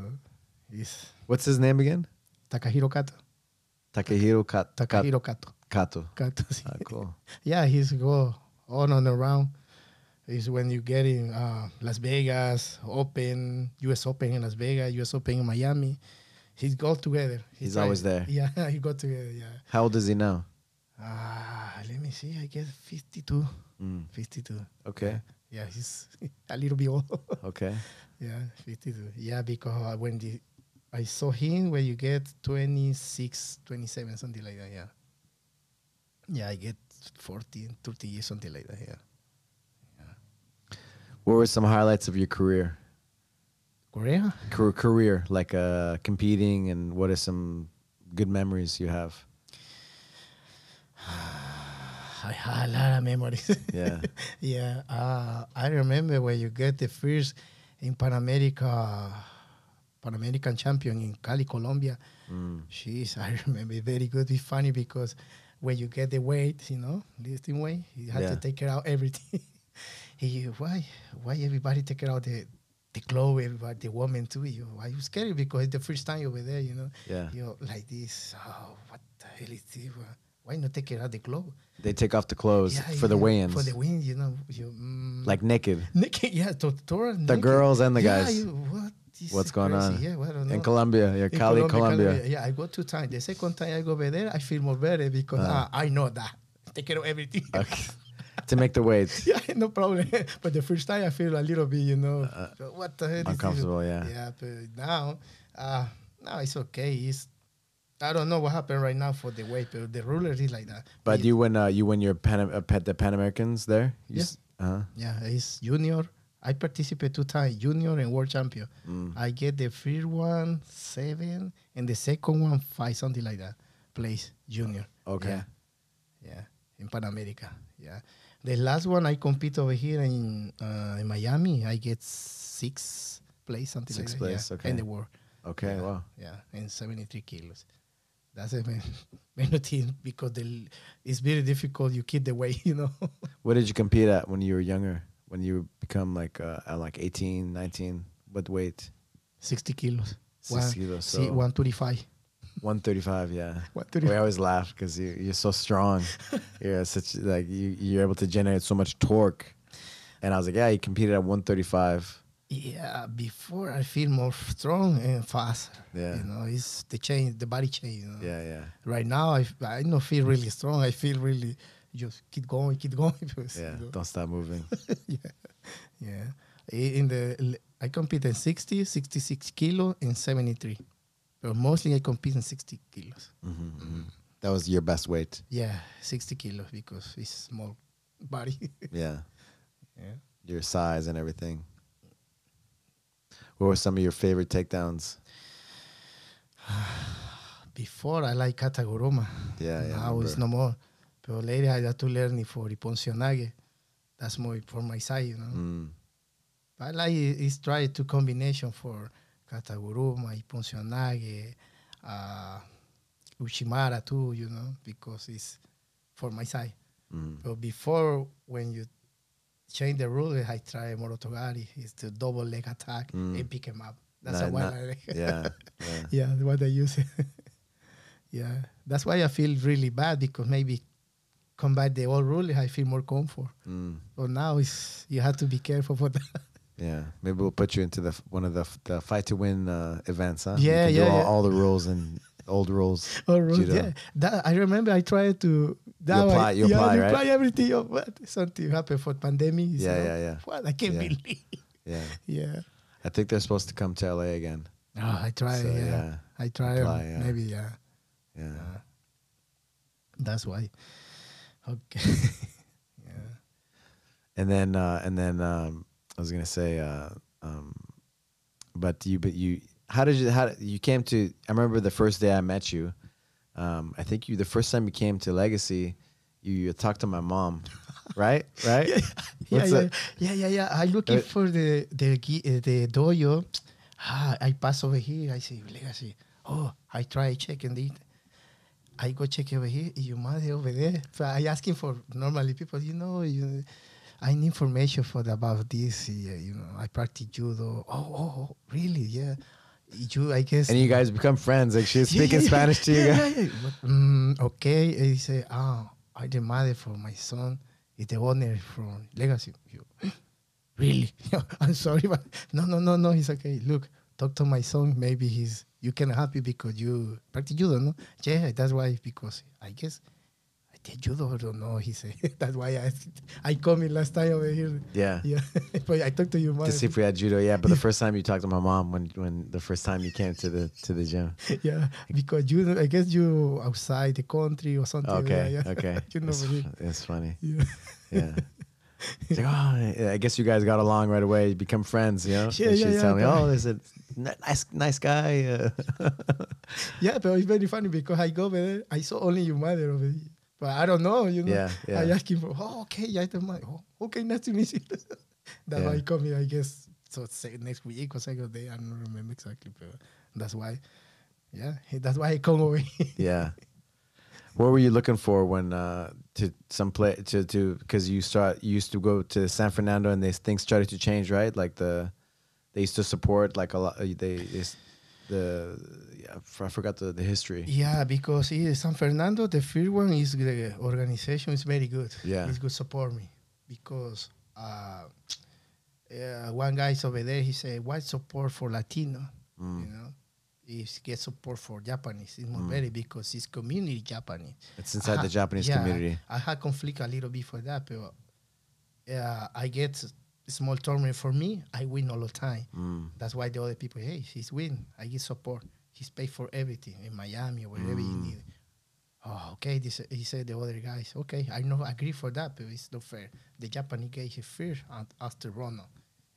it's What's his name again? Takahiro Kato. Takahiro Kat- Kat- Takahiro Kato. Kato. Kato. sí. Ah, cool. Yeah, he's go on and around. Is when you get in uh, Las Vegas Open, U.S. Open in Las Vegas, U.S. Open in Miami. He's go together. He He's try- always there. Yeah, he go together. Yeah. How old is he now? Ah, let me see. I guess 52. Mm, 52. okay. Yeah, he's a little bit old. Okay. yeah, 52. Yeah, because uh, when the, I saw him when you get 26, 27, something like that. Yeah. Yeah, I get 14, 30 years, something like that. Yeah. What were some highlights of your career? Korea. Car- career, like uh, competing, and what are some good memories you have? I had a lot of memories. Yeah. yeah. Uh, I remember when you get the first in Pan America, Pan American champion in Cali, Colombia. Mm. Jeez, I remember it very good. It's funny because when you get the weight, you know, lifting weight, you have Yeah. to take it out everything. he, why, why everybody take it out the the clothes, everybody, the woman too. You, I was scared because it's the first time you were there, you know. Yeah. You're like this. Oh, what the hell is this? Wha- Why not take it out the clothes? They take off the clothes Yeah, for the yeah, weigh-ins, For the wind, you know. You, mm, like naked. naked, yeah, to, to, The girls and the guys. Yeah, you, what is What's going crazy? on Yeah, well, I don't in know. Colombia? Yeah, In Cali, Colombia. Yeah, I go two times. The second time I go over there, I feel more better because ah, I know that. Take care of everything. Uh. Okay. to make the weights. yeah, no problem. but the first time I feel a little bit, you know, what the hell is this? Uh, uncomfortable, yeah. Yeah, but now, uh, now it's okay. It's I don't know what happened right now for the weight, but the ruler is like that. But It- you win. Uh, you win your Pan, uh, Pan- the Pan Americans there. You Yeah. s- uh-huh. Yeah, it's junior. I participate two times, junior and world champion. Mm. I get the first one seven and the second one five, something like that. Place junior. Okay. Yeah. Yeah. In Pan America. Yeah. The last one I compete over here in uh, in Miami, I get six place, something Sixth like that. place, yeah. okay. In the world. Okay. Yeah, Wow. Yeah, and 73 kilos. That's a men- many thing because the, l- it's very difficult. You keep the weight, you know. What did you compete at when you were younger? When you become like uh, at like 18, 19? What weight? 60 kilos. Six kilos, see, so- 135. One thirty-five. Yeah. 135. We always laugh because you you're so strong. you're such like you you're able to generate so much torque. And I was like, yeah, he competed at one thirty-five. Yeah, before I feel more strong and faster. Yeah. You know, it's the change, the body change. You know? Yeah. Yeah. Right now, I, f- I don't feel really strong. I feel really just keep going, keep going. because, you Yeah. know, Don't stop moving. yeah. yeah. I- In the, l- I compete in 60, 66 kilo, and 73. But mostly I compete in 60 kilos. Mm-hmm, that was your best weight. Yeah, 60 kilos because it's small body. Yeah. yeah. your size and everything. What were some of your favorite takedowns? Before I like Katagoroma. Yeah, yeah. I now it's remember. no more. But later I had to learn it for Iponcionage. That's more for my side, you know. Mm, But I like it- it's try to combination for Kataguruma, Iponcionage, uh, Ushimara too, you know, because it's for my side. mm. But before when you change the rule, I try Morotogari. It's the double leg attack Mm. and pick him up. That's Not- a one not- I like. yeah, yeah. Yeah, the one they use. yeah, that's why I feel really bad because maybe come back the old rule, I feel more comfort. Mm, But now it's you have to be careful for that. yeah. Maybe we'll put you into the f- one of the f- the fight to win uh, events, huh? You Yeah, can do yeah, all, yeah. all the rules and old rules. Old rule, Judo. yeah. That I remember I tried to. That You one- apply- you yeah, apply, you right? apply everything. Of what something happened for pandemic. you Yeah, know? yeah, yeah. What I can't Yeah. believe. Yeah, yeah. I think they're supposed to come to LA again. Oh, I try. So, yeah. yeah. I try. Apply, yeah. Maybe yeah. Yeah. Uh, That's why. Okay. yeah. And then uh, and then um, I was gonna say, uh, um, but you but you how did you how did- you came to? I remember the first day I met you. Um, I think you the first time you came to Legacy, you, you talked to my mom, right? Right? yeah, yeah, What's yeah, that? yeah, yeah, yeah. I looking Uh, for the the gi- uh, the dojo. Ah, I pass over here. I see legacy. Oh, I try check and it. I go check over here. Your mother over there. So I asking for normally people. You know, you, I need information for the, about this. Yeah, you know, I practice judo. Oh, oh, oh, really? Yeah. You, I guess. And you guys become friends. Like she's Yeah, speaking yeah, yeah. Spanish to you Yeah, guys. yeah, yeah. But, mm, okay. And he said, ah, I the mother for my son. Is the owner from Legacy. You, really? I'm sorry, but no, no, no, no. He's okay. Look, talk to my son. Maybe he's you can help you because you practice judo, no? Yeah, that's why. Because I guess I did judo. I don't know. He said that's why I I come in last time over here. Yeah. Yeah, but I talked to your mother. To see if we had judo, yeah. But the first time you talked to my mom when when the first time you came to the to the gym. yeah, because you, I guess you outside the country or something. Okay. yeah, yeah. Okay. you know, It's, really. fu- it's funny. yeah. Yeah. It's like, oh, yeah, I guess you guys got along right away. You become friends, you know? Yeah, and yeah, she's yeah, telling me, but- oh, there's a ni- nice, nice guy. Uh, yeah, but it's very funny because I go over there, I saw only your mother over there. But I don't know, you know. Yeah, yeah. I asked him for, oh, okay, yeah, the mother. Oh, okay, nice to meet you. that's Yeah. why I come here, I guess. So say next week or second day, I don't remember exactly, but that's why. Yeah, he- that's why I come over. here. yeah. What were you looking for when uh, to some play to to because you start you used to go to San Fernando and these things started to change, right? Like the they used to support like a lot. uh, They, they s- the yeah, f- I forgot the, the history. Yeah, because eh, San Fernando, the first one is the organization is very good. Yeah. it's good support me because uh, uh, one guy is over there. He said, "Why support for Latino? Mm. You know, is get support for Japanese. It's not Mm. very because it's community Japanese. It's inside Uh-huh. the Japanese Yeah, community. I had conflict a little bit for that, but uh, I get s- small tournament for me. I win all the time. Mm. That's why the other people, hey, he's win. I give support. He's paid for everything in Miami or wherever you Mm. need. Oh, okay. This, he said the other guys, okay, I know, agree for that, but it's not fair. The Japanese guy, he fear and after Ronald.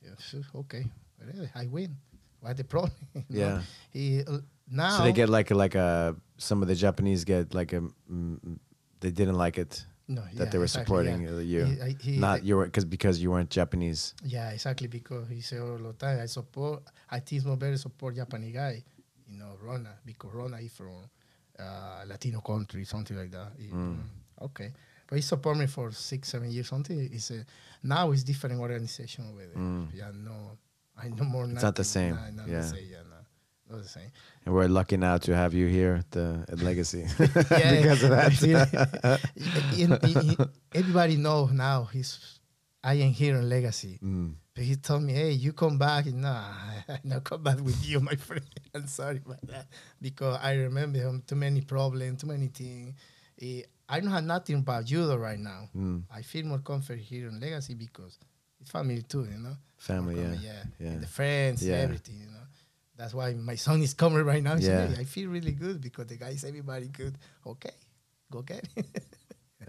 Yeah, so, okay, whatever, I win. What the problem? You know? Yeah. He, uh, now So they get like a, like a some of the Japanese get like a mm, they didn't like it no, that they were supporting yeah. you, He- I- he- not you because because you weren't Japanese. Yeah, exactly. Because he said all the time, I support. I think it's more better support Japanese guy, you know, Rona, because Rona is from uh, Latino country, something like that. He- Mm. Okay, but he support me for six, seven years, something. He said now it's different organization over there. Mm. Yeah, no, I know more. It's not the same. Nah, not Yeah. the same. Yeah, nah, not the same. And we're lucky now to have you here at the at Legacy because of I that. feel- in- in- in- everybody know now. He's I am here in Legacy. Mm. But he told me, hey, you come back. No, I not come back with you, my friend. I'm sorry about that. Because I remember him, too many problems, too many things. Eh, I don't have nothing about judo right now. Mm. I feel more comfort here in Legacy because it's family too, you know? Family, yeah. Family, yeah. yeah. And the friends, Yeah. everything, you know? That's why my son is coming right now. He said, Yeah. "Hey, I feel really good because the guy is everybody good. Okay, go get it.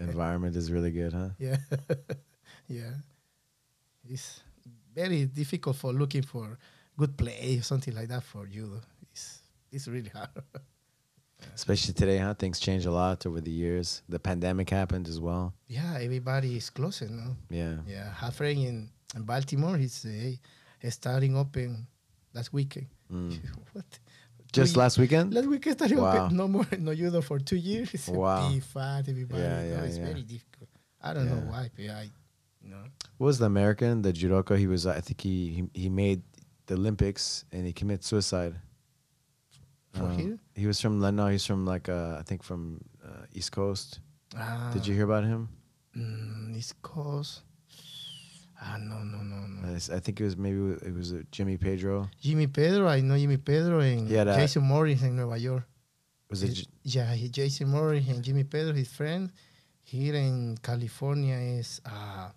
Environment is really good, huh? Yeah, yeah. It's very difficult for looking for good play or something like that for you. It's it's really hard. Especially today, huh? Things change a lot over the years. The pandemic happened as well. yeah, everybody is closer now. Yeah. Yeah, a friend in, in Baltimore. He say hey, starting open last weekend. Mm. what? Just Two ye- last weekend? Last weekend starting Wow. open. No more no judo for two years. Wow. Be fat, everybody. Yeah, no, yeah, it's yeah. very difficult. I don't Yeah. know why. But I, you know. What was the American, the judoka? He was, I think he he, he made the Olympics and he committed suicide. For here? Um, He was from no, he's from like uh, I think from uh, East Coast. Ah. Did you hear about him? Mm, it's cause. Ah, no, no, no, I, no. s- I think it was maybe it was uh, Jimmy Pedro. Jimmy Pedro, I know Jimmy Pedro and Yeah, that- Jason Morris in Nueva York. Was it? It- J- yeah, he- Jason Morris and Jimmy Pedro, his friend, here in California is, uh,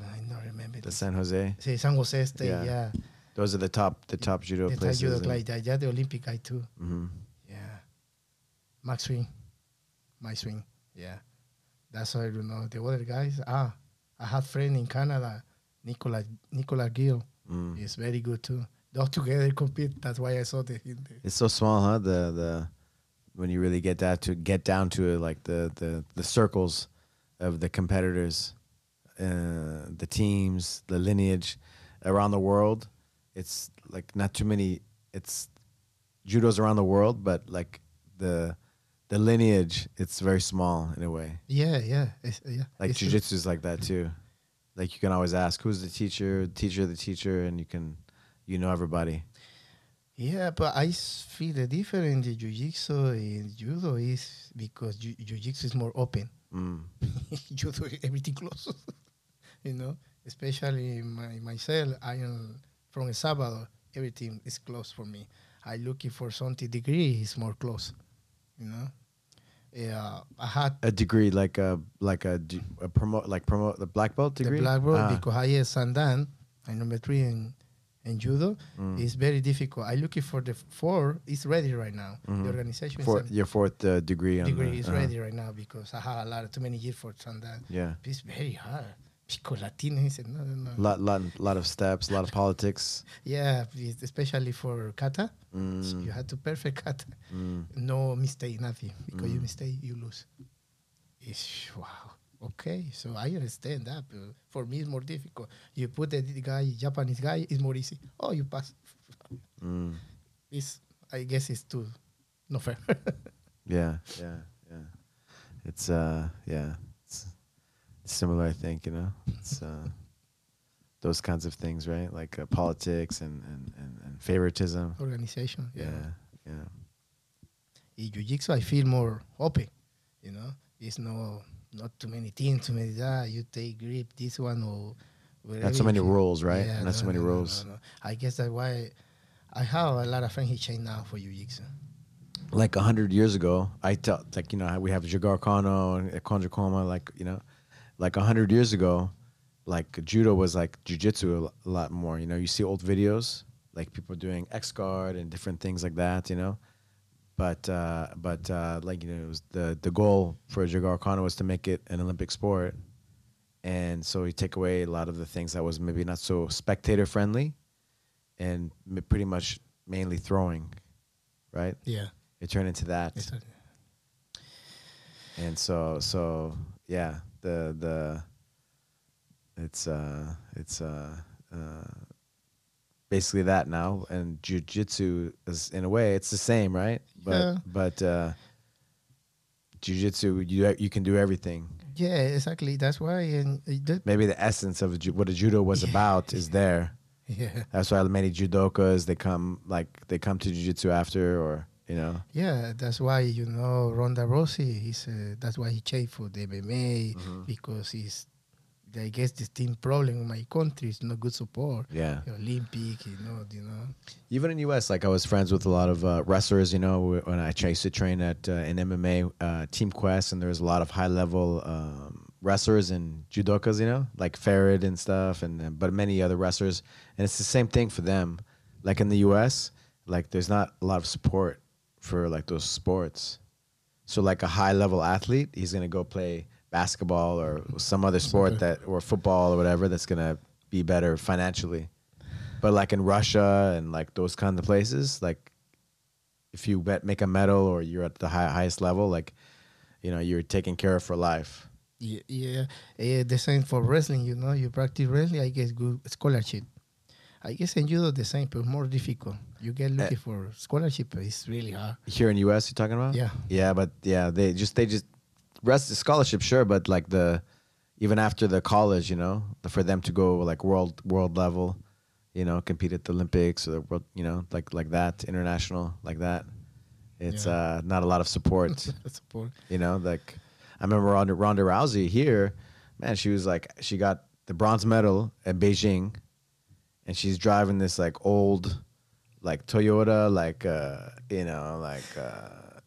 I don't remember. the the- San Jose? Say San Jose State, Yeah. yeah. Those are the top the top judo The places. Taekwondo in- guy, that, yeah, the Olympic guy too. Mhm. Yeah. Max Swing. My swing. Yeah. That's all I don't know. The other guys, ah, I had friend in Canada, Nicola, Nicola Gill. Mm. It's very good too. They all together compete. That's why I saw the in the- It's so small, huh? The the when you really get that to get down to it, like the the the circles of the competitors, uh, the teams, the lineage around the world. It's like not too many. It's judo's around the world, but like the the lineage, it's very small in a way. Yeah, yeah, it's, yeah. Like it's true. jujitsu is like that too. Like you can always ask who's the teacher, teacher, of the teacher, and you can you know everybody. Yeah, but I s- feel the difference in the jiu-jitsu and judo is because ju- jiu-jitsu is more open. Mm. judo is everything closed. you know, especially my myself. I am from El Salvador. Everything is closed for me. I looking for something degree is more close. You know, yeah. I had a degree like a like a, d- a promote like promote the black belt degree The black belt Ah, because I is Sandan, I number three in, in judo. mm. It's very difficult. I looking for the four. It's ready right now. Mm-hmm. The organization fourth- is your fourth uh, degree a on degree the- is uh-huh. ready right now because I had a lot of too many years for Sandan. yeah It's very hard. Because Latino, he said, no, no, no. lot lot lot of steps lot of politics yeah, it's especially for kata. So mm, you had to perfect kata. mm. No mistake, nothing. Because you mistake, you lose. It's, wow. Okay, so I understand that. But for me, it's more difficult. You put the guy, Japanese guy, it's more easy. Oh, you pass. Mm. It's, I guess it's too, no fair. yeah yeah yeah it's uh yeah it's similar I think you know it's uh those kinds of things, right? Like uh, politics and, and, and, and favoritism. organization. Yeah, yeah. In jiu-jitsu, I feel more open. You know, it's no not too many things, too many that. You take grip this one or whatever. Not so many you- rules, right? Yeah, Not so no, many no, no, rules. no, no. I guess that's why I have a lot of friends who change now for jiu-jitsu. Like a hundred years ago, I tell like you know how we have Jigar Kano and Konja Koma, like you know, like a hundred years ago, like judo was like jujitsu a lo- a lot more. You know, you see old videos like people doing X guard and different things like that. You know, but uh, but uh, like you know, it was the the goal for Jigar Kano was to make it an Olympic sport, and so you take away a lot of the things that was maybe not so spectator friendly, and m- pretty much mainly throwing, right? Yeah. It turned into that, it's a- and so so yeah, the the it's uh it's uh, uh basically that now, and jujitsu is in a way it's the same, right? But Yeah. but uh, jujitsu you you can do everything. Yeah, exactly. That's why. And it did- Maybe the essence of ju- what a judo was Yeah. about is there. yeah, That's why many judokas they come like they come to jujitsu after, or you know, yeah. That's why you know Ronda Rousey. He's uh, that's why he changed for the MMA because he's. I guess the team problem in my country is no good support. yeah. Olympic, you know, you know. Even in U.S., like I was friends with a lot of uh, wrestlers, you know, wh- when I tra- used to train at uh, in MMA uh, Team Quest, and there was a lot of high level um, wrestlers and judokas, you know, like Farid and stuff, and and- but many other wrestlers, and it's the same thing for them. Like in the U.S., like there's not a lot of support for like those sports. So like a high level athlete, he's gonna go play basketball or some other sport that or football or whatever that's gonna be better financially. But like in Russia and like those kind of places, like if you bet, make a medal or you're at the high, highest level, like you know you're taken care of for life. Yeah, yeah. Eh, the same for wrestling, you know. You practice wrestling, I guess good scholarship. I guess in judo the same, but more difficult. You get looking for scholarship, but it's really hard. Here in U.S., you're talking about? Yeah. yeah, but yeah, they just they just rest scholarship, sure, but like the even after the college, you know, the- for them to go like world world level, you know, compete at the Olympics or the world, you know, like like that international like that. It's Yeah. uh, not a lot of support. Support. You know, like I remember Ronda, Ronda Rousey here, man, she was like, she got the bronze medal at Beijing, and she's driving this like old, like Toyota, like, uh, you know, like, uh,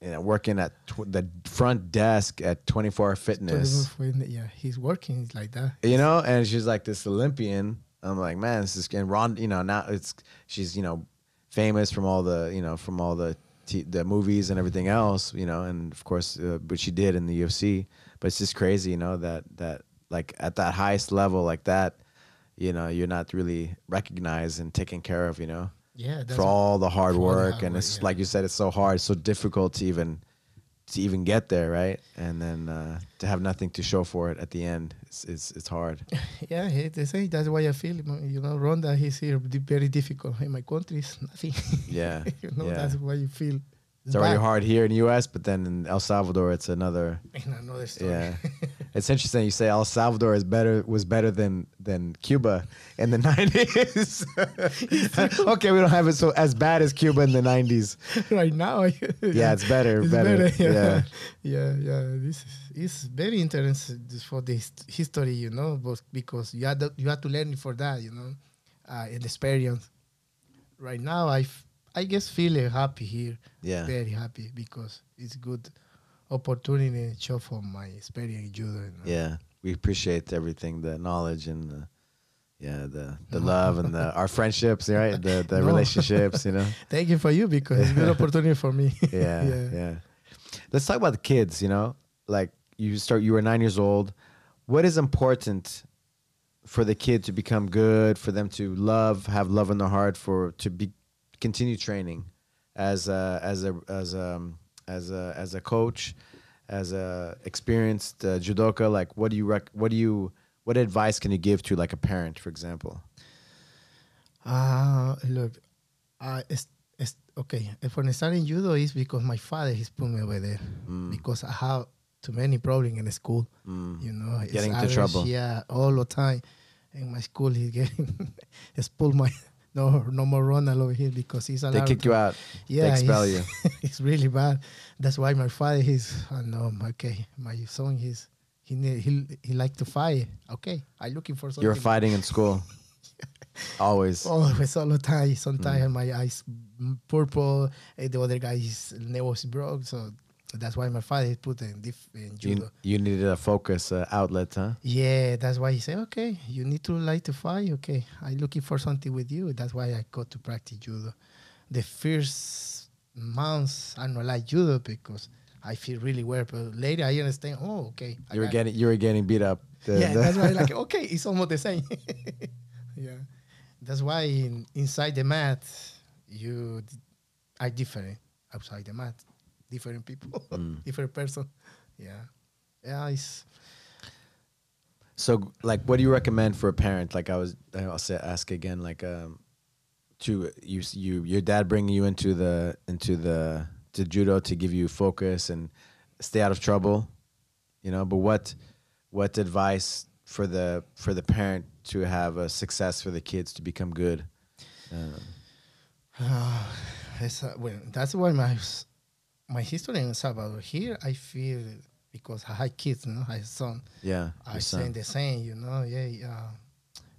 you know, working at tw- the front desk at 24 Hour So the Fitness, move when- yeah, he's working it's like that. you know, and she's like this Olympian. I'm like, man, this is and Ron, you know, now it's she's you know famous from all the you know from all the t- the movies and everything else, you know, and of course uh, what she did in the UFC. But it's just crazy, you know, that that like at that highest level like that, you know, you're not really recognized and taken care of, you know, Yeah, that's for all the hard for all the work. hard and work, it's yeah. like you said, it's so hard, so difficult to even to even get there, right? And then uh, to have nothing to show for it at the end is is it's hard. yeah. he- They say that's why I feel. You know, Ronda, he's here di- very difficult. In my country, it's nothing. Yeah. you know, yeah. that's why you feel. it's already bad. hard here in the US, but then in El Salvador it's another In another story. yeah. it's interesting you say El Salvador is better was better than than Cuba in the 90s. okay, we don't have it so as bad as Cuba in the 90s. right now. Yeah, it's better, better. yeah. yeah, yeah, This is it's very interesting just for the hist- history, you know, but because you had to, you had to learn for that, you know, uh, and experience. Right now, I f- I guess feel uh, happy here, Yeah. very happy because it's good opportunity and show for my experience in judo. You know? Yeah. We appreciate everything, the knowledge and the yeah, the the love and the our friendships, right? The the No. relationships, you know. Thank you for you because it's good opportunity for me. yeah, yeah, Let's talk about the kids. You know, like you start. You were nine years old. What is important for the kid to become good? For them to love, have love in their heart, for to be continue training as a, as a as a as a as a coach, as a experienced uh, judoka. Like, what do you rec- What do you what advice can you give to like a parent, for example? Ah, look, I it's, it's, okay. And For starting judo is because my father he's put me over there Mm. because I have too many problems in the school. You know, it's Getting into average, trouble. Yeah, all the time. in my school he's getting expelled my no no more Ronald over here because he's They allowed. kick to- you out. Yeah, expel it's- it's really bad. That's why my father he's oh, no okay. My son he's he need, he he like to fight. Okay, I looking for something. Oh, You're fighting in school. Always. Always, all the time. Sometimes my eyes m- purple. eh, The other guy's nail was broke, so that's why my father put in, dif- in judo. You, you needed a focus uh, outlet, huh? Yeah, that's why he said, okay, you need to like to fight. Okay, I'm looking for something with you. That's why I go to practice judo. The first months, I don't like judo because I feel really weird. But later, I understand. Oh, okay. I You were got- getting you were getting beat up. The- yeah, the- that's why like okay, it's almost the same. yeah, that's why in, inside the mat, you d- are different outside the mat, different people, Mm. different person. Yeah, yeah, it's So, like, what do you recommend for a parent? Like, I was, I'll say, ask again. Like, um, to you, you, your dad bringing you into the into the to judo to give you focus and stay out of trouble, you know. But what what advice for the for the parent to have a success for the kids to become good? Um, Uh, it's, uh, well, that's why my s- my history in El Salvador here. I feel because I had kids, you know, I had son. yeah, I your say son. the same, you know. Yeah, yeah.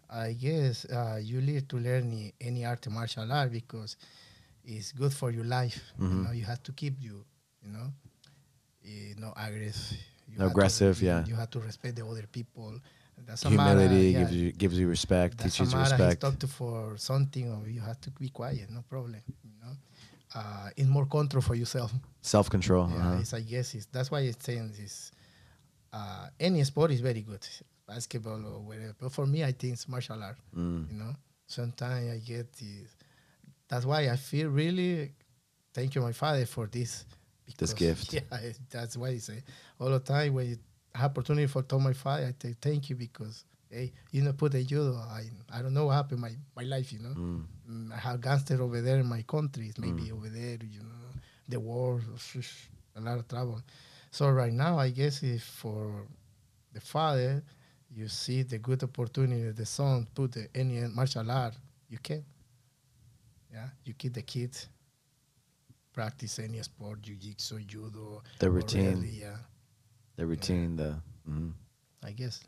I guess uh, you need to learn i- any art martial art because it's good for your life. You Mhm. know, you have to keep you, you know, eh, no aggressive. You No have to- aggressive, you- yeah. You have to respect the other people. That's humility yeah. gives you gives you respect, That's teaches you Amara, respect. He's talked for something, or you have to be quiet. No problem. You know, uh, it's more control for yourself. Self control. Yeah, it's, I guess it's, that's why it's saying this. Uh, any sport is very good, basketball or whatever. But for me, I think it's martial art. Mm. You know, sometimes I get this. That's why I feel really thank you, my father, for this. This gift. Yeah, I- that's why I say all the time when you have opportunity for tell my father, I say thank you because hey, you know, put a judo. I I don't know what happened my my life. You know, Mm. Mm, I have gangster over there in my country, maybe over there, you know, the war, shush, a lot of trouble. So right now, I guess if for the father, you see the good opportunity the son put the, any martial art, you can. Yeah, you keep the kids practice any sport, jiu-jitsu, judo. The or routine. really, yeah, The routine. The. mhm. I guess.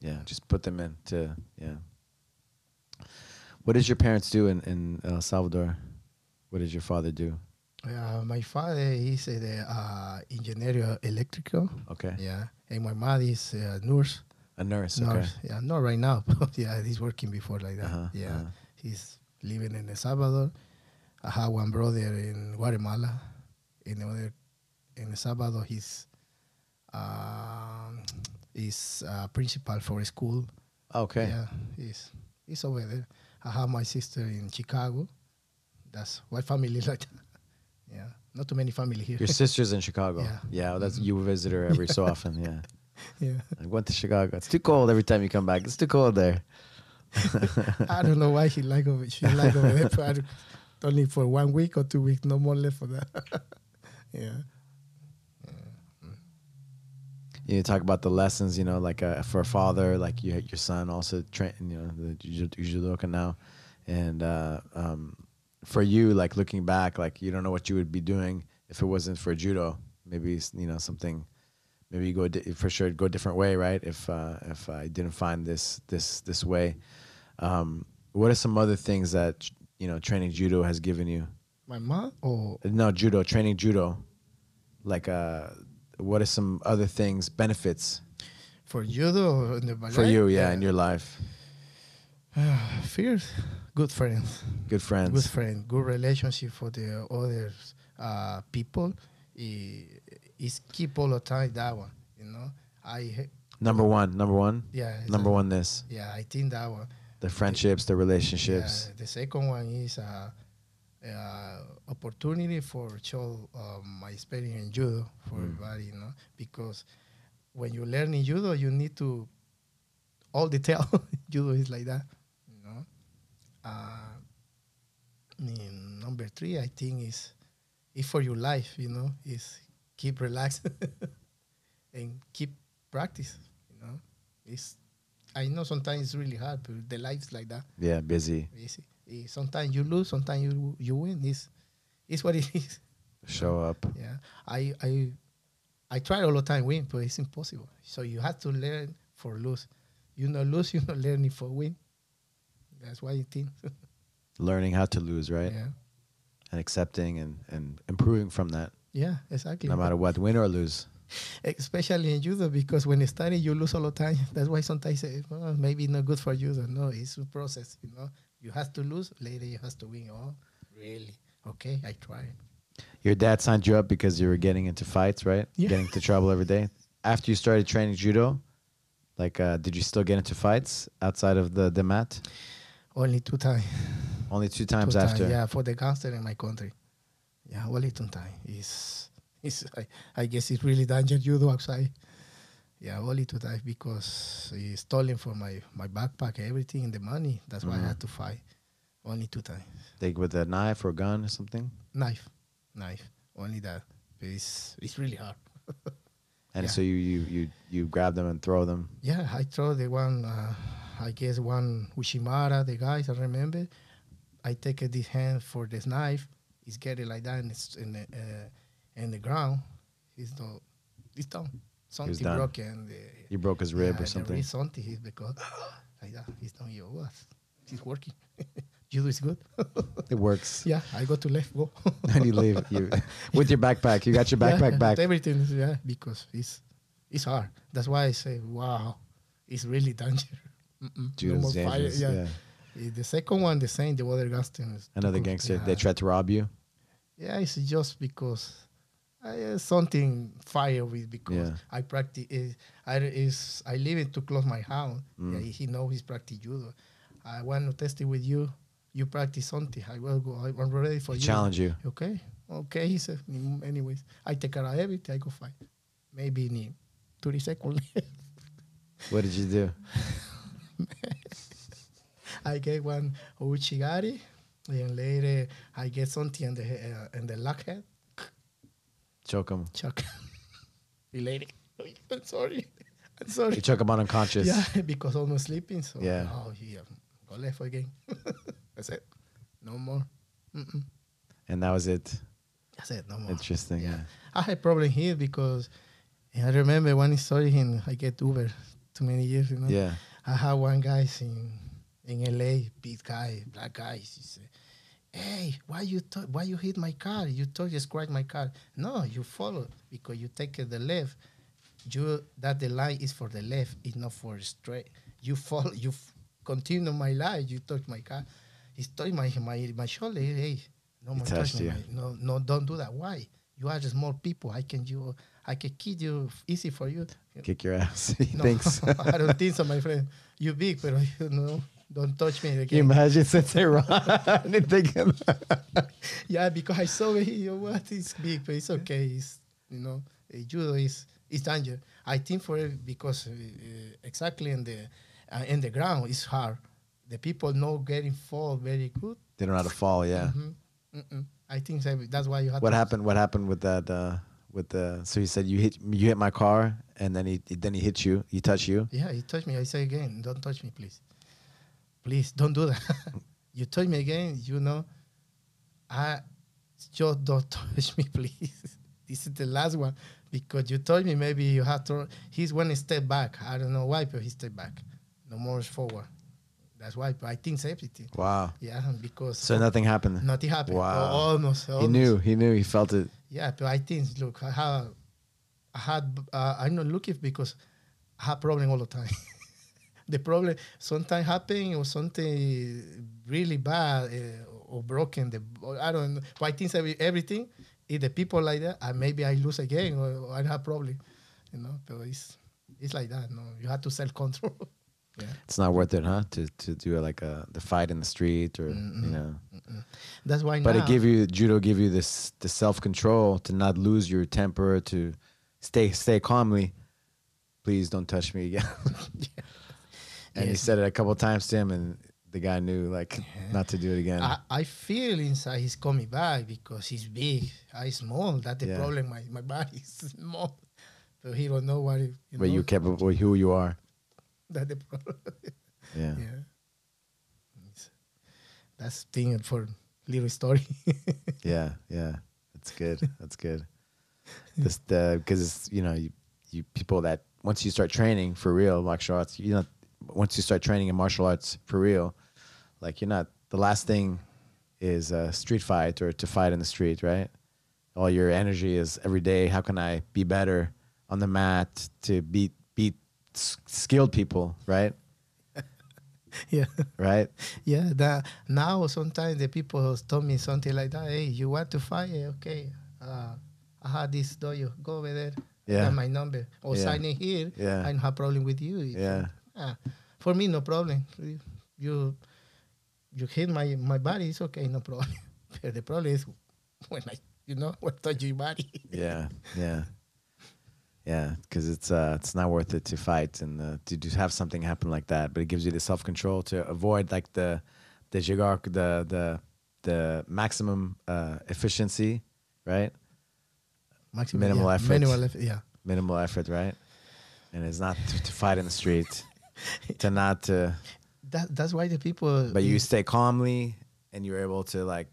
Yeah, just put them in to yeah. What does your parents do in in El Salvador? What does your father do? Uh, my father, he's a uh, engineer electrical. Okay, Yeah, and my mother is a nurse. a nurse. No, Okay, yeah, not right now, but yeah, he's working before like that. Uh-huh, yeah, uh-huh. he's living in El Salvador. I have one brother in Guatemala, and the other in El Salvador. He's um, is uh, principal for a school. okay. Yeah, he's he's over there. I have my sister in Chicago. That's why family is like that. Yeah, not too many family here. Your sister's in Chicago. Yeah, Yeah. Mm-hmm. well, that's you visit her every so often. Yeah, yeah, I went to Chicago. It's too cold every time you come back. It's too cold there. I don't know why he like over she like over there, but only for one week or two weeks, no more left for that. yeah, You talk about the lessons, you know, like uh, for a father, like you, your son also Trenton, you know, the ju- judoka now, and uh, um, for you, like looking back, like you don't know what you would be doing if it wasn't for judo. Maybe s- you know something. Maybe you go di- for sure go a different way, right? If uh, if I didn't find this this this way, um, what are some other things that you know training judo has given you? my mom. Oh, No, judo training judo, like uh, what are some other things benefits? for judo and the ballet. For you, yeah, in your life. uh, fierce, good friends, Good friends. good friend, good relationship for the other uh, people. I- Is keep all the time that one. You know, I ha- Number one, number one, yeah it's number a- one, this. Yeah, I think that one. The friendships, the relationships. Yeah, the second one is a, uh opportunity for show um, my experience in judo for everybody, you know, because when you learn in judo, you need to all detail. judo is like that, you know. Uh, in number three, I think is is for your life, you know, is keep relaxed and keep practice, you know. It's I know sometimes it's really hard, but the life's like that. Yeah, busy Easy. Eh, Sometimes you lose, sometimes you you win. It's, it's what it is. show up. Yeah, I I I try all the time win, but it's impossible. So you have to learn for lose. You not lose, you not learn it for win. That's why you think. Learning how to lose, right? Yeah. And accepting and, and improving from that, Yeah, exactly. no matter what, win or lose. Especially in judo, because when studying, you lose all the time. That's why sometimes say, "Oh, maybe not good for judo. No, it's a process. You know, you have to lose later. You have to win. Oh, really? Okay, I try. Your dad signed you up because you were getting into fights, right? Yeah. Getting into trouble every day. After you started training judo, like, uh, did you still get into fights outside of the, the mat? Only two times. Only two times Two time, after. yeah, for the gangster in my country. Yeah, well, it's on time. It's, it's I, I guess it's really dangerous judo outside. Yeah, only two times because he stolen from my, my backpack, everything, and the money. That's why I Mhm. had to fight. Only two times. Like with a knife or gun or something. Knife, knife, only that. It's, it's really hard. And Yeah. so you, you, you, you grab them and throw them. Yeah, I throw the one, uh, I guess one Ushimara, the guys, I remember. I take uh, this hand for this knife, it's get it like that, and it's in the, uh, in the ground. It's, no, it's done. Something done. broken. The, You broke his rib yeah, or There something. is something is because like that. It's not your what? It's working. you do is good. It works. yeah, I go to left, go. and you leave you with your backpack. You got your Yeah, backpack yeah, back. Everything, is- yeah, because it's it's hard. That's why I say, wow, it's really dangerous. Mm-mm, Dude, no it's more fire, dangerous. Yeah. Eh, The second one, the same, the other gangster. is Another too- gangster. Yeah. They tried to rob you. yeah, it's just because I, uh, something fire with because Yeah. I practice. eh, I is I live it too close my house. Mm. Yeah, he knows he's practice judo. I want to test it with you. You practice something. I will go. I- I'm ready for They you. challenge you. Okay, okay, he said. "Mm, Anyways, I take out everything, I go fight. Maybe in 30 seconds, What did you do? I get one Uchigari, and later I get something in the, he- uh, in the lock head, Choke him. chuck. The lady, I'm sorry, I'm You sorry. choke him on unconscious. Yeah, because I'm not sleeping, so Yeah. oh, yeah, go left again. That's it, no more. Mm-mm. And that was it. That's it, no more. Interesting. Yeah. Yeah. I had problem here because I remember one story in I get Uber too many years, you know. Yeah. I had one guy in in LA, big guy, black guy. He said, "Hey, why you to- why you hit my car? You told you scratch my car. No, you follow because you take the left. You that the line is for the left, it's not for straight. You follow, you f- continue my line. You touch my car. He touched my my my shoulder. Hey, no He more touch touched me. you. my- No, no, don't do that. Why? You are small people. I can you. I can kid you. Easy for you. Kick your ass. he No, thinks. I don't think so, my friend. You big, but you know, don't touch me Can you again. imagine Sensei Ron? I didn't think of that. yeah, because I saw it. You know what? It's big, but it's okay. It's you know, uh, judo is is danger. I think for it because uh, uh, exactly in the uh, in the ground it's hard. The people know getting fall very good. They don't know how to fall. Yeah. Mhm. Mm-mm. I think so. that's why you have. What to happened? What happened with that? Uh, with the so he said you hit you hit my car and then he then he hit you. He touched you. Yeah, you touch me. I say again, don't touch me, please. Please don't do that. you touch me again, you know. I just don't touch me, please. this is the last one because you told me maybe you have to. He's one step back. I don't know why, but he step back. No more forward. That's why. But I think safety. Wow. Yeah, because So nothing happened. nothing happened. Wow. Al- Almost, He almost. knew. He knew. He felt it. Yeah, but I think look, I have, I had, uh, I'm not looking because I have problem all the time. the problem sometimes happen or something really bad uh, or broken. The or I don't. know. But I think every, everything. If the people like that, and maybe I lose again or, or I have problem. You know, but it's it's like that. No, you have to self control. yeah. It's not worth it, huh? To to do like a the fight in the street or you Mm-mm. know. That's why. But now, it give you judo give you this the self control to not lose your temper to stay stay calmly. Please don't touch me again. and he Yes. said it a couple times to him, and the guy knew like not to do it again. I, I feel inside he's coming back because he's big. I small. That's the Yeah. problem. My, my body is small. So he don't know what it, you but know. you kept with who you are. That's the problem. Yeah. yeah. It's- That's thing for little story. Yeah, yeah, that's good. That's good. This because you know you, you people that once you start training for real martial arts, you know once you start training in martial arts for real, like you're not the last thing is a street fight or to fight in the street, right? All your energy is every day. How can I be better on the mat to beat beat s- skilled people, right? yeah. Right? Yeah. That now sometimes the people tell me something like that. Hey, you want to fight? Eh, Okay. Uh, I had this dojo. Go over there. Yeah. Got my number. Or Yeah. sign in here. Yeah. I don't have problem with you. It's- Yeah, Ah, for me, no problem. You- You you hit my, my body, it's okay, no problem. But the problem is when I, you know, when I touch your body. yeah, yeah, yeah. Because it's uh, it's not worth it to fight and uh, to, to have something happen like that. But it gives you the self control to avoid like the the jigar, the the the maximum uh, efficiency, right? Maximum, Minimal yeah, effort. Minimal effort, yeah. Minimal effort, right? And it's not to, to fight in the street, to not to, That, that's why the people. but you stay calmly and you're able to like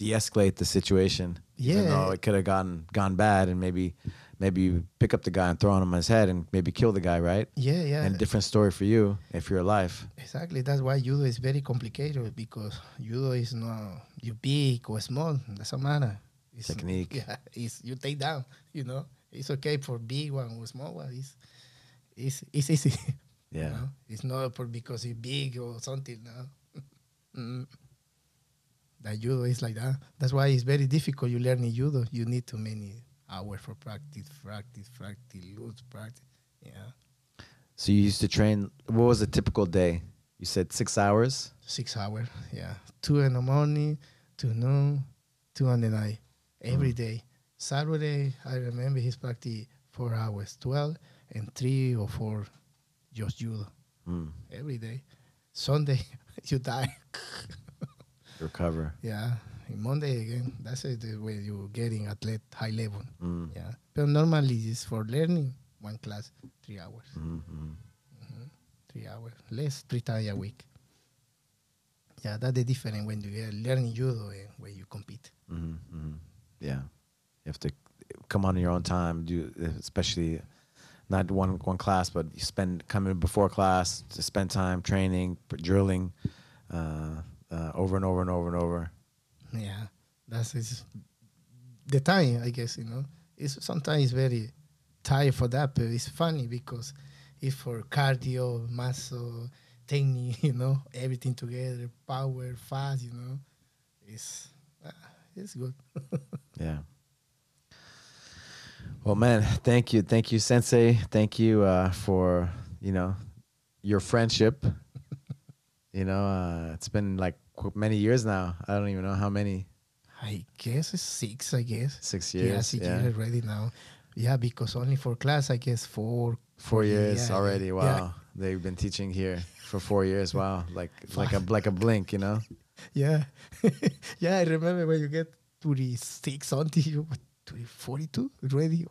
de-escalate the situation. Even Yeah. though it could have gotten gone bad and maybe maybe you pick up the guy and throw him on his head and maybe kill the guy, right? Yeah, yeah. and different story for you if you're alive. exactly. That's why judo is very complicated because judo is not you big or small. Doesn't matter. It's, Technique. Yeah, it's you take down. You know, it's okay for big one or small one. It's it's, it's easy. Yeah, No, it's not for because it's big or something. No. Mm. That judo is like that. That's why it's very difficult. You learn in judo. You need too many hours for practice, practice, practice, lose practice. Yeah, So you used to train. What was a typical day? You said six hours. six hours. Yeah, two in the morning, two noon, two in the night, every day. Saturday, I remember his practice four hours, twelve and three or four, just judo Mm, every day. Sunday, you die. recover. Yeah, in Monday again. That's it, the way you get in athlete high level. Mm, Yeah, but normally it's for learning one class, three hours, mm, mm. three hours, less three times a week. Yeah, that's the difference when you get learning judo and when you compete. hmm hmm Yeah, you have to come on your own time. Do especially not one one class, but you spend coming before class to spend time training, p- drilling, uh, uh, over and over and over and over. Yeah, that's is the time, I guess. You know, it's sometimes it's very tired for that, but it's funny because it's for cardio, muscle, technique. You know, everything together, power, fast. You know, it's ah, it's good. Yeah. Well, man, thank you, thank you, Sensei, thank you uh, for you know your friendship. you know, uh, it's been like qu- many years now. I don't even know how many. I guess it's six. I guess Six yeah, years. six yeah. years already now. Yeah, because only for class, I guess four. Four years Yeah, already. yeah. Wow, they've been teaching here for four years. Wow, like like a like a blink, you know. Yeah, yeah. I remember when you get to the six until you to the forty-two already.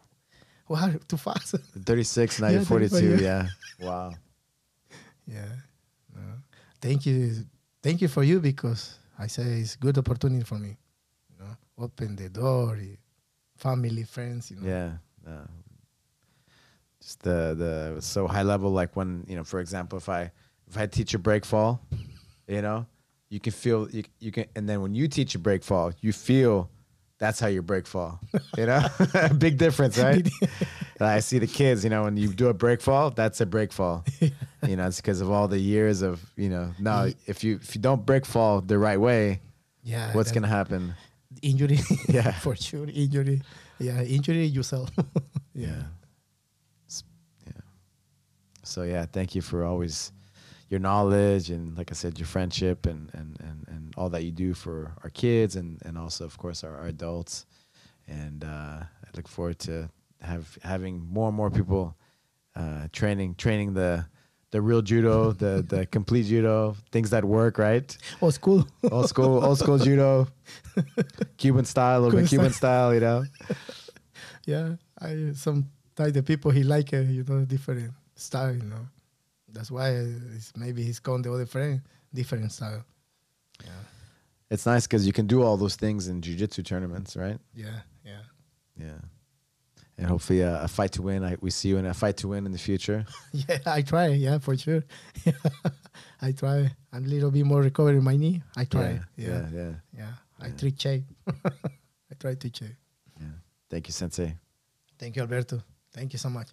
Wow, too fast. Thirty six, now Yeah, you're forty 35, two. Yeah. Wow. yeah. No. Thank you, thank you for you because I say it's good opportunity for me. You know, open the door, eh, family, friends. You know. Yeah. Uh, just the the so high level like when you know for example if I if I teach a break fall, you know, you can feel you you can and then when you teach a break fall, you feel that's how your break fall. You know? Big difference, right? And I see the kids, you know, when you do a break fall, that's a break fall. You know, it's because of all the years of, you know, no, if you if you don't break fall the right way, Yeah. what's that- gonna happen? injury? Yeah. for sure. Injury. Yeah, injury yourself. yeah. S- Yeah. So yeah, thank you for always your knowledge and like I said, your friendship and and and, and all that you do for our kids and and also of course our, our adults. And uh, I look forward to have having more and more people uh, training training the the real judo, the the complete judo, things that work, right? Oh, school. Old school, old school judo, Oh. Cuban style, a little bit Cuban Cuban style, you know. yeah, I sometimes the people he like, uh, you know, different style, you know. That- That's why it's maybe he's called the other friend different style. Yeah, It's nice because you can do all those things in jiu-jitsu tournaments, right? yeah, yeah. Yeah. And hopefully uh, a fight to win. I, we see you in a fight to win in the future. Yeah, I try. Yeah, for sure. I try. I'm a little bit more recovering my knee. I try. Yeah, yeah. yeah, yeah. I try check. I try to check. Thank you, Sensei. Thank you, Alberto. Thank you so much.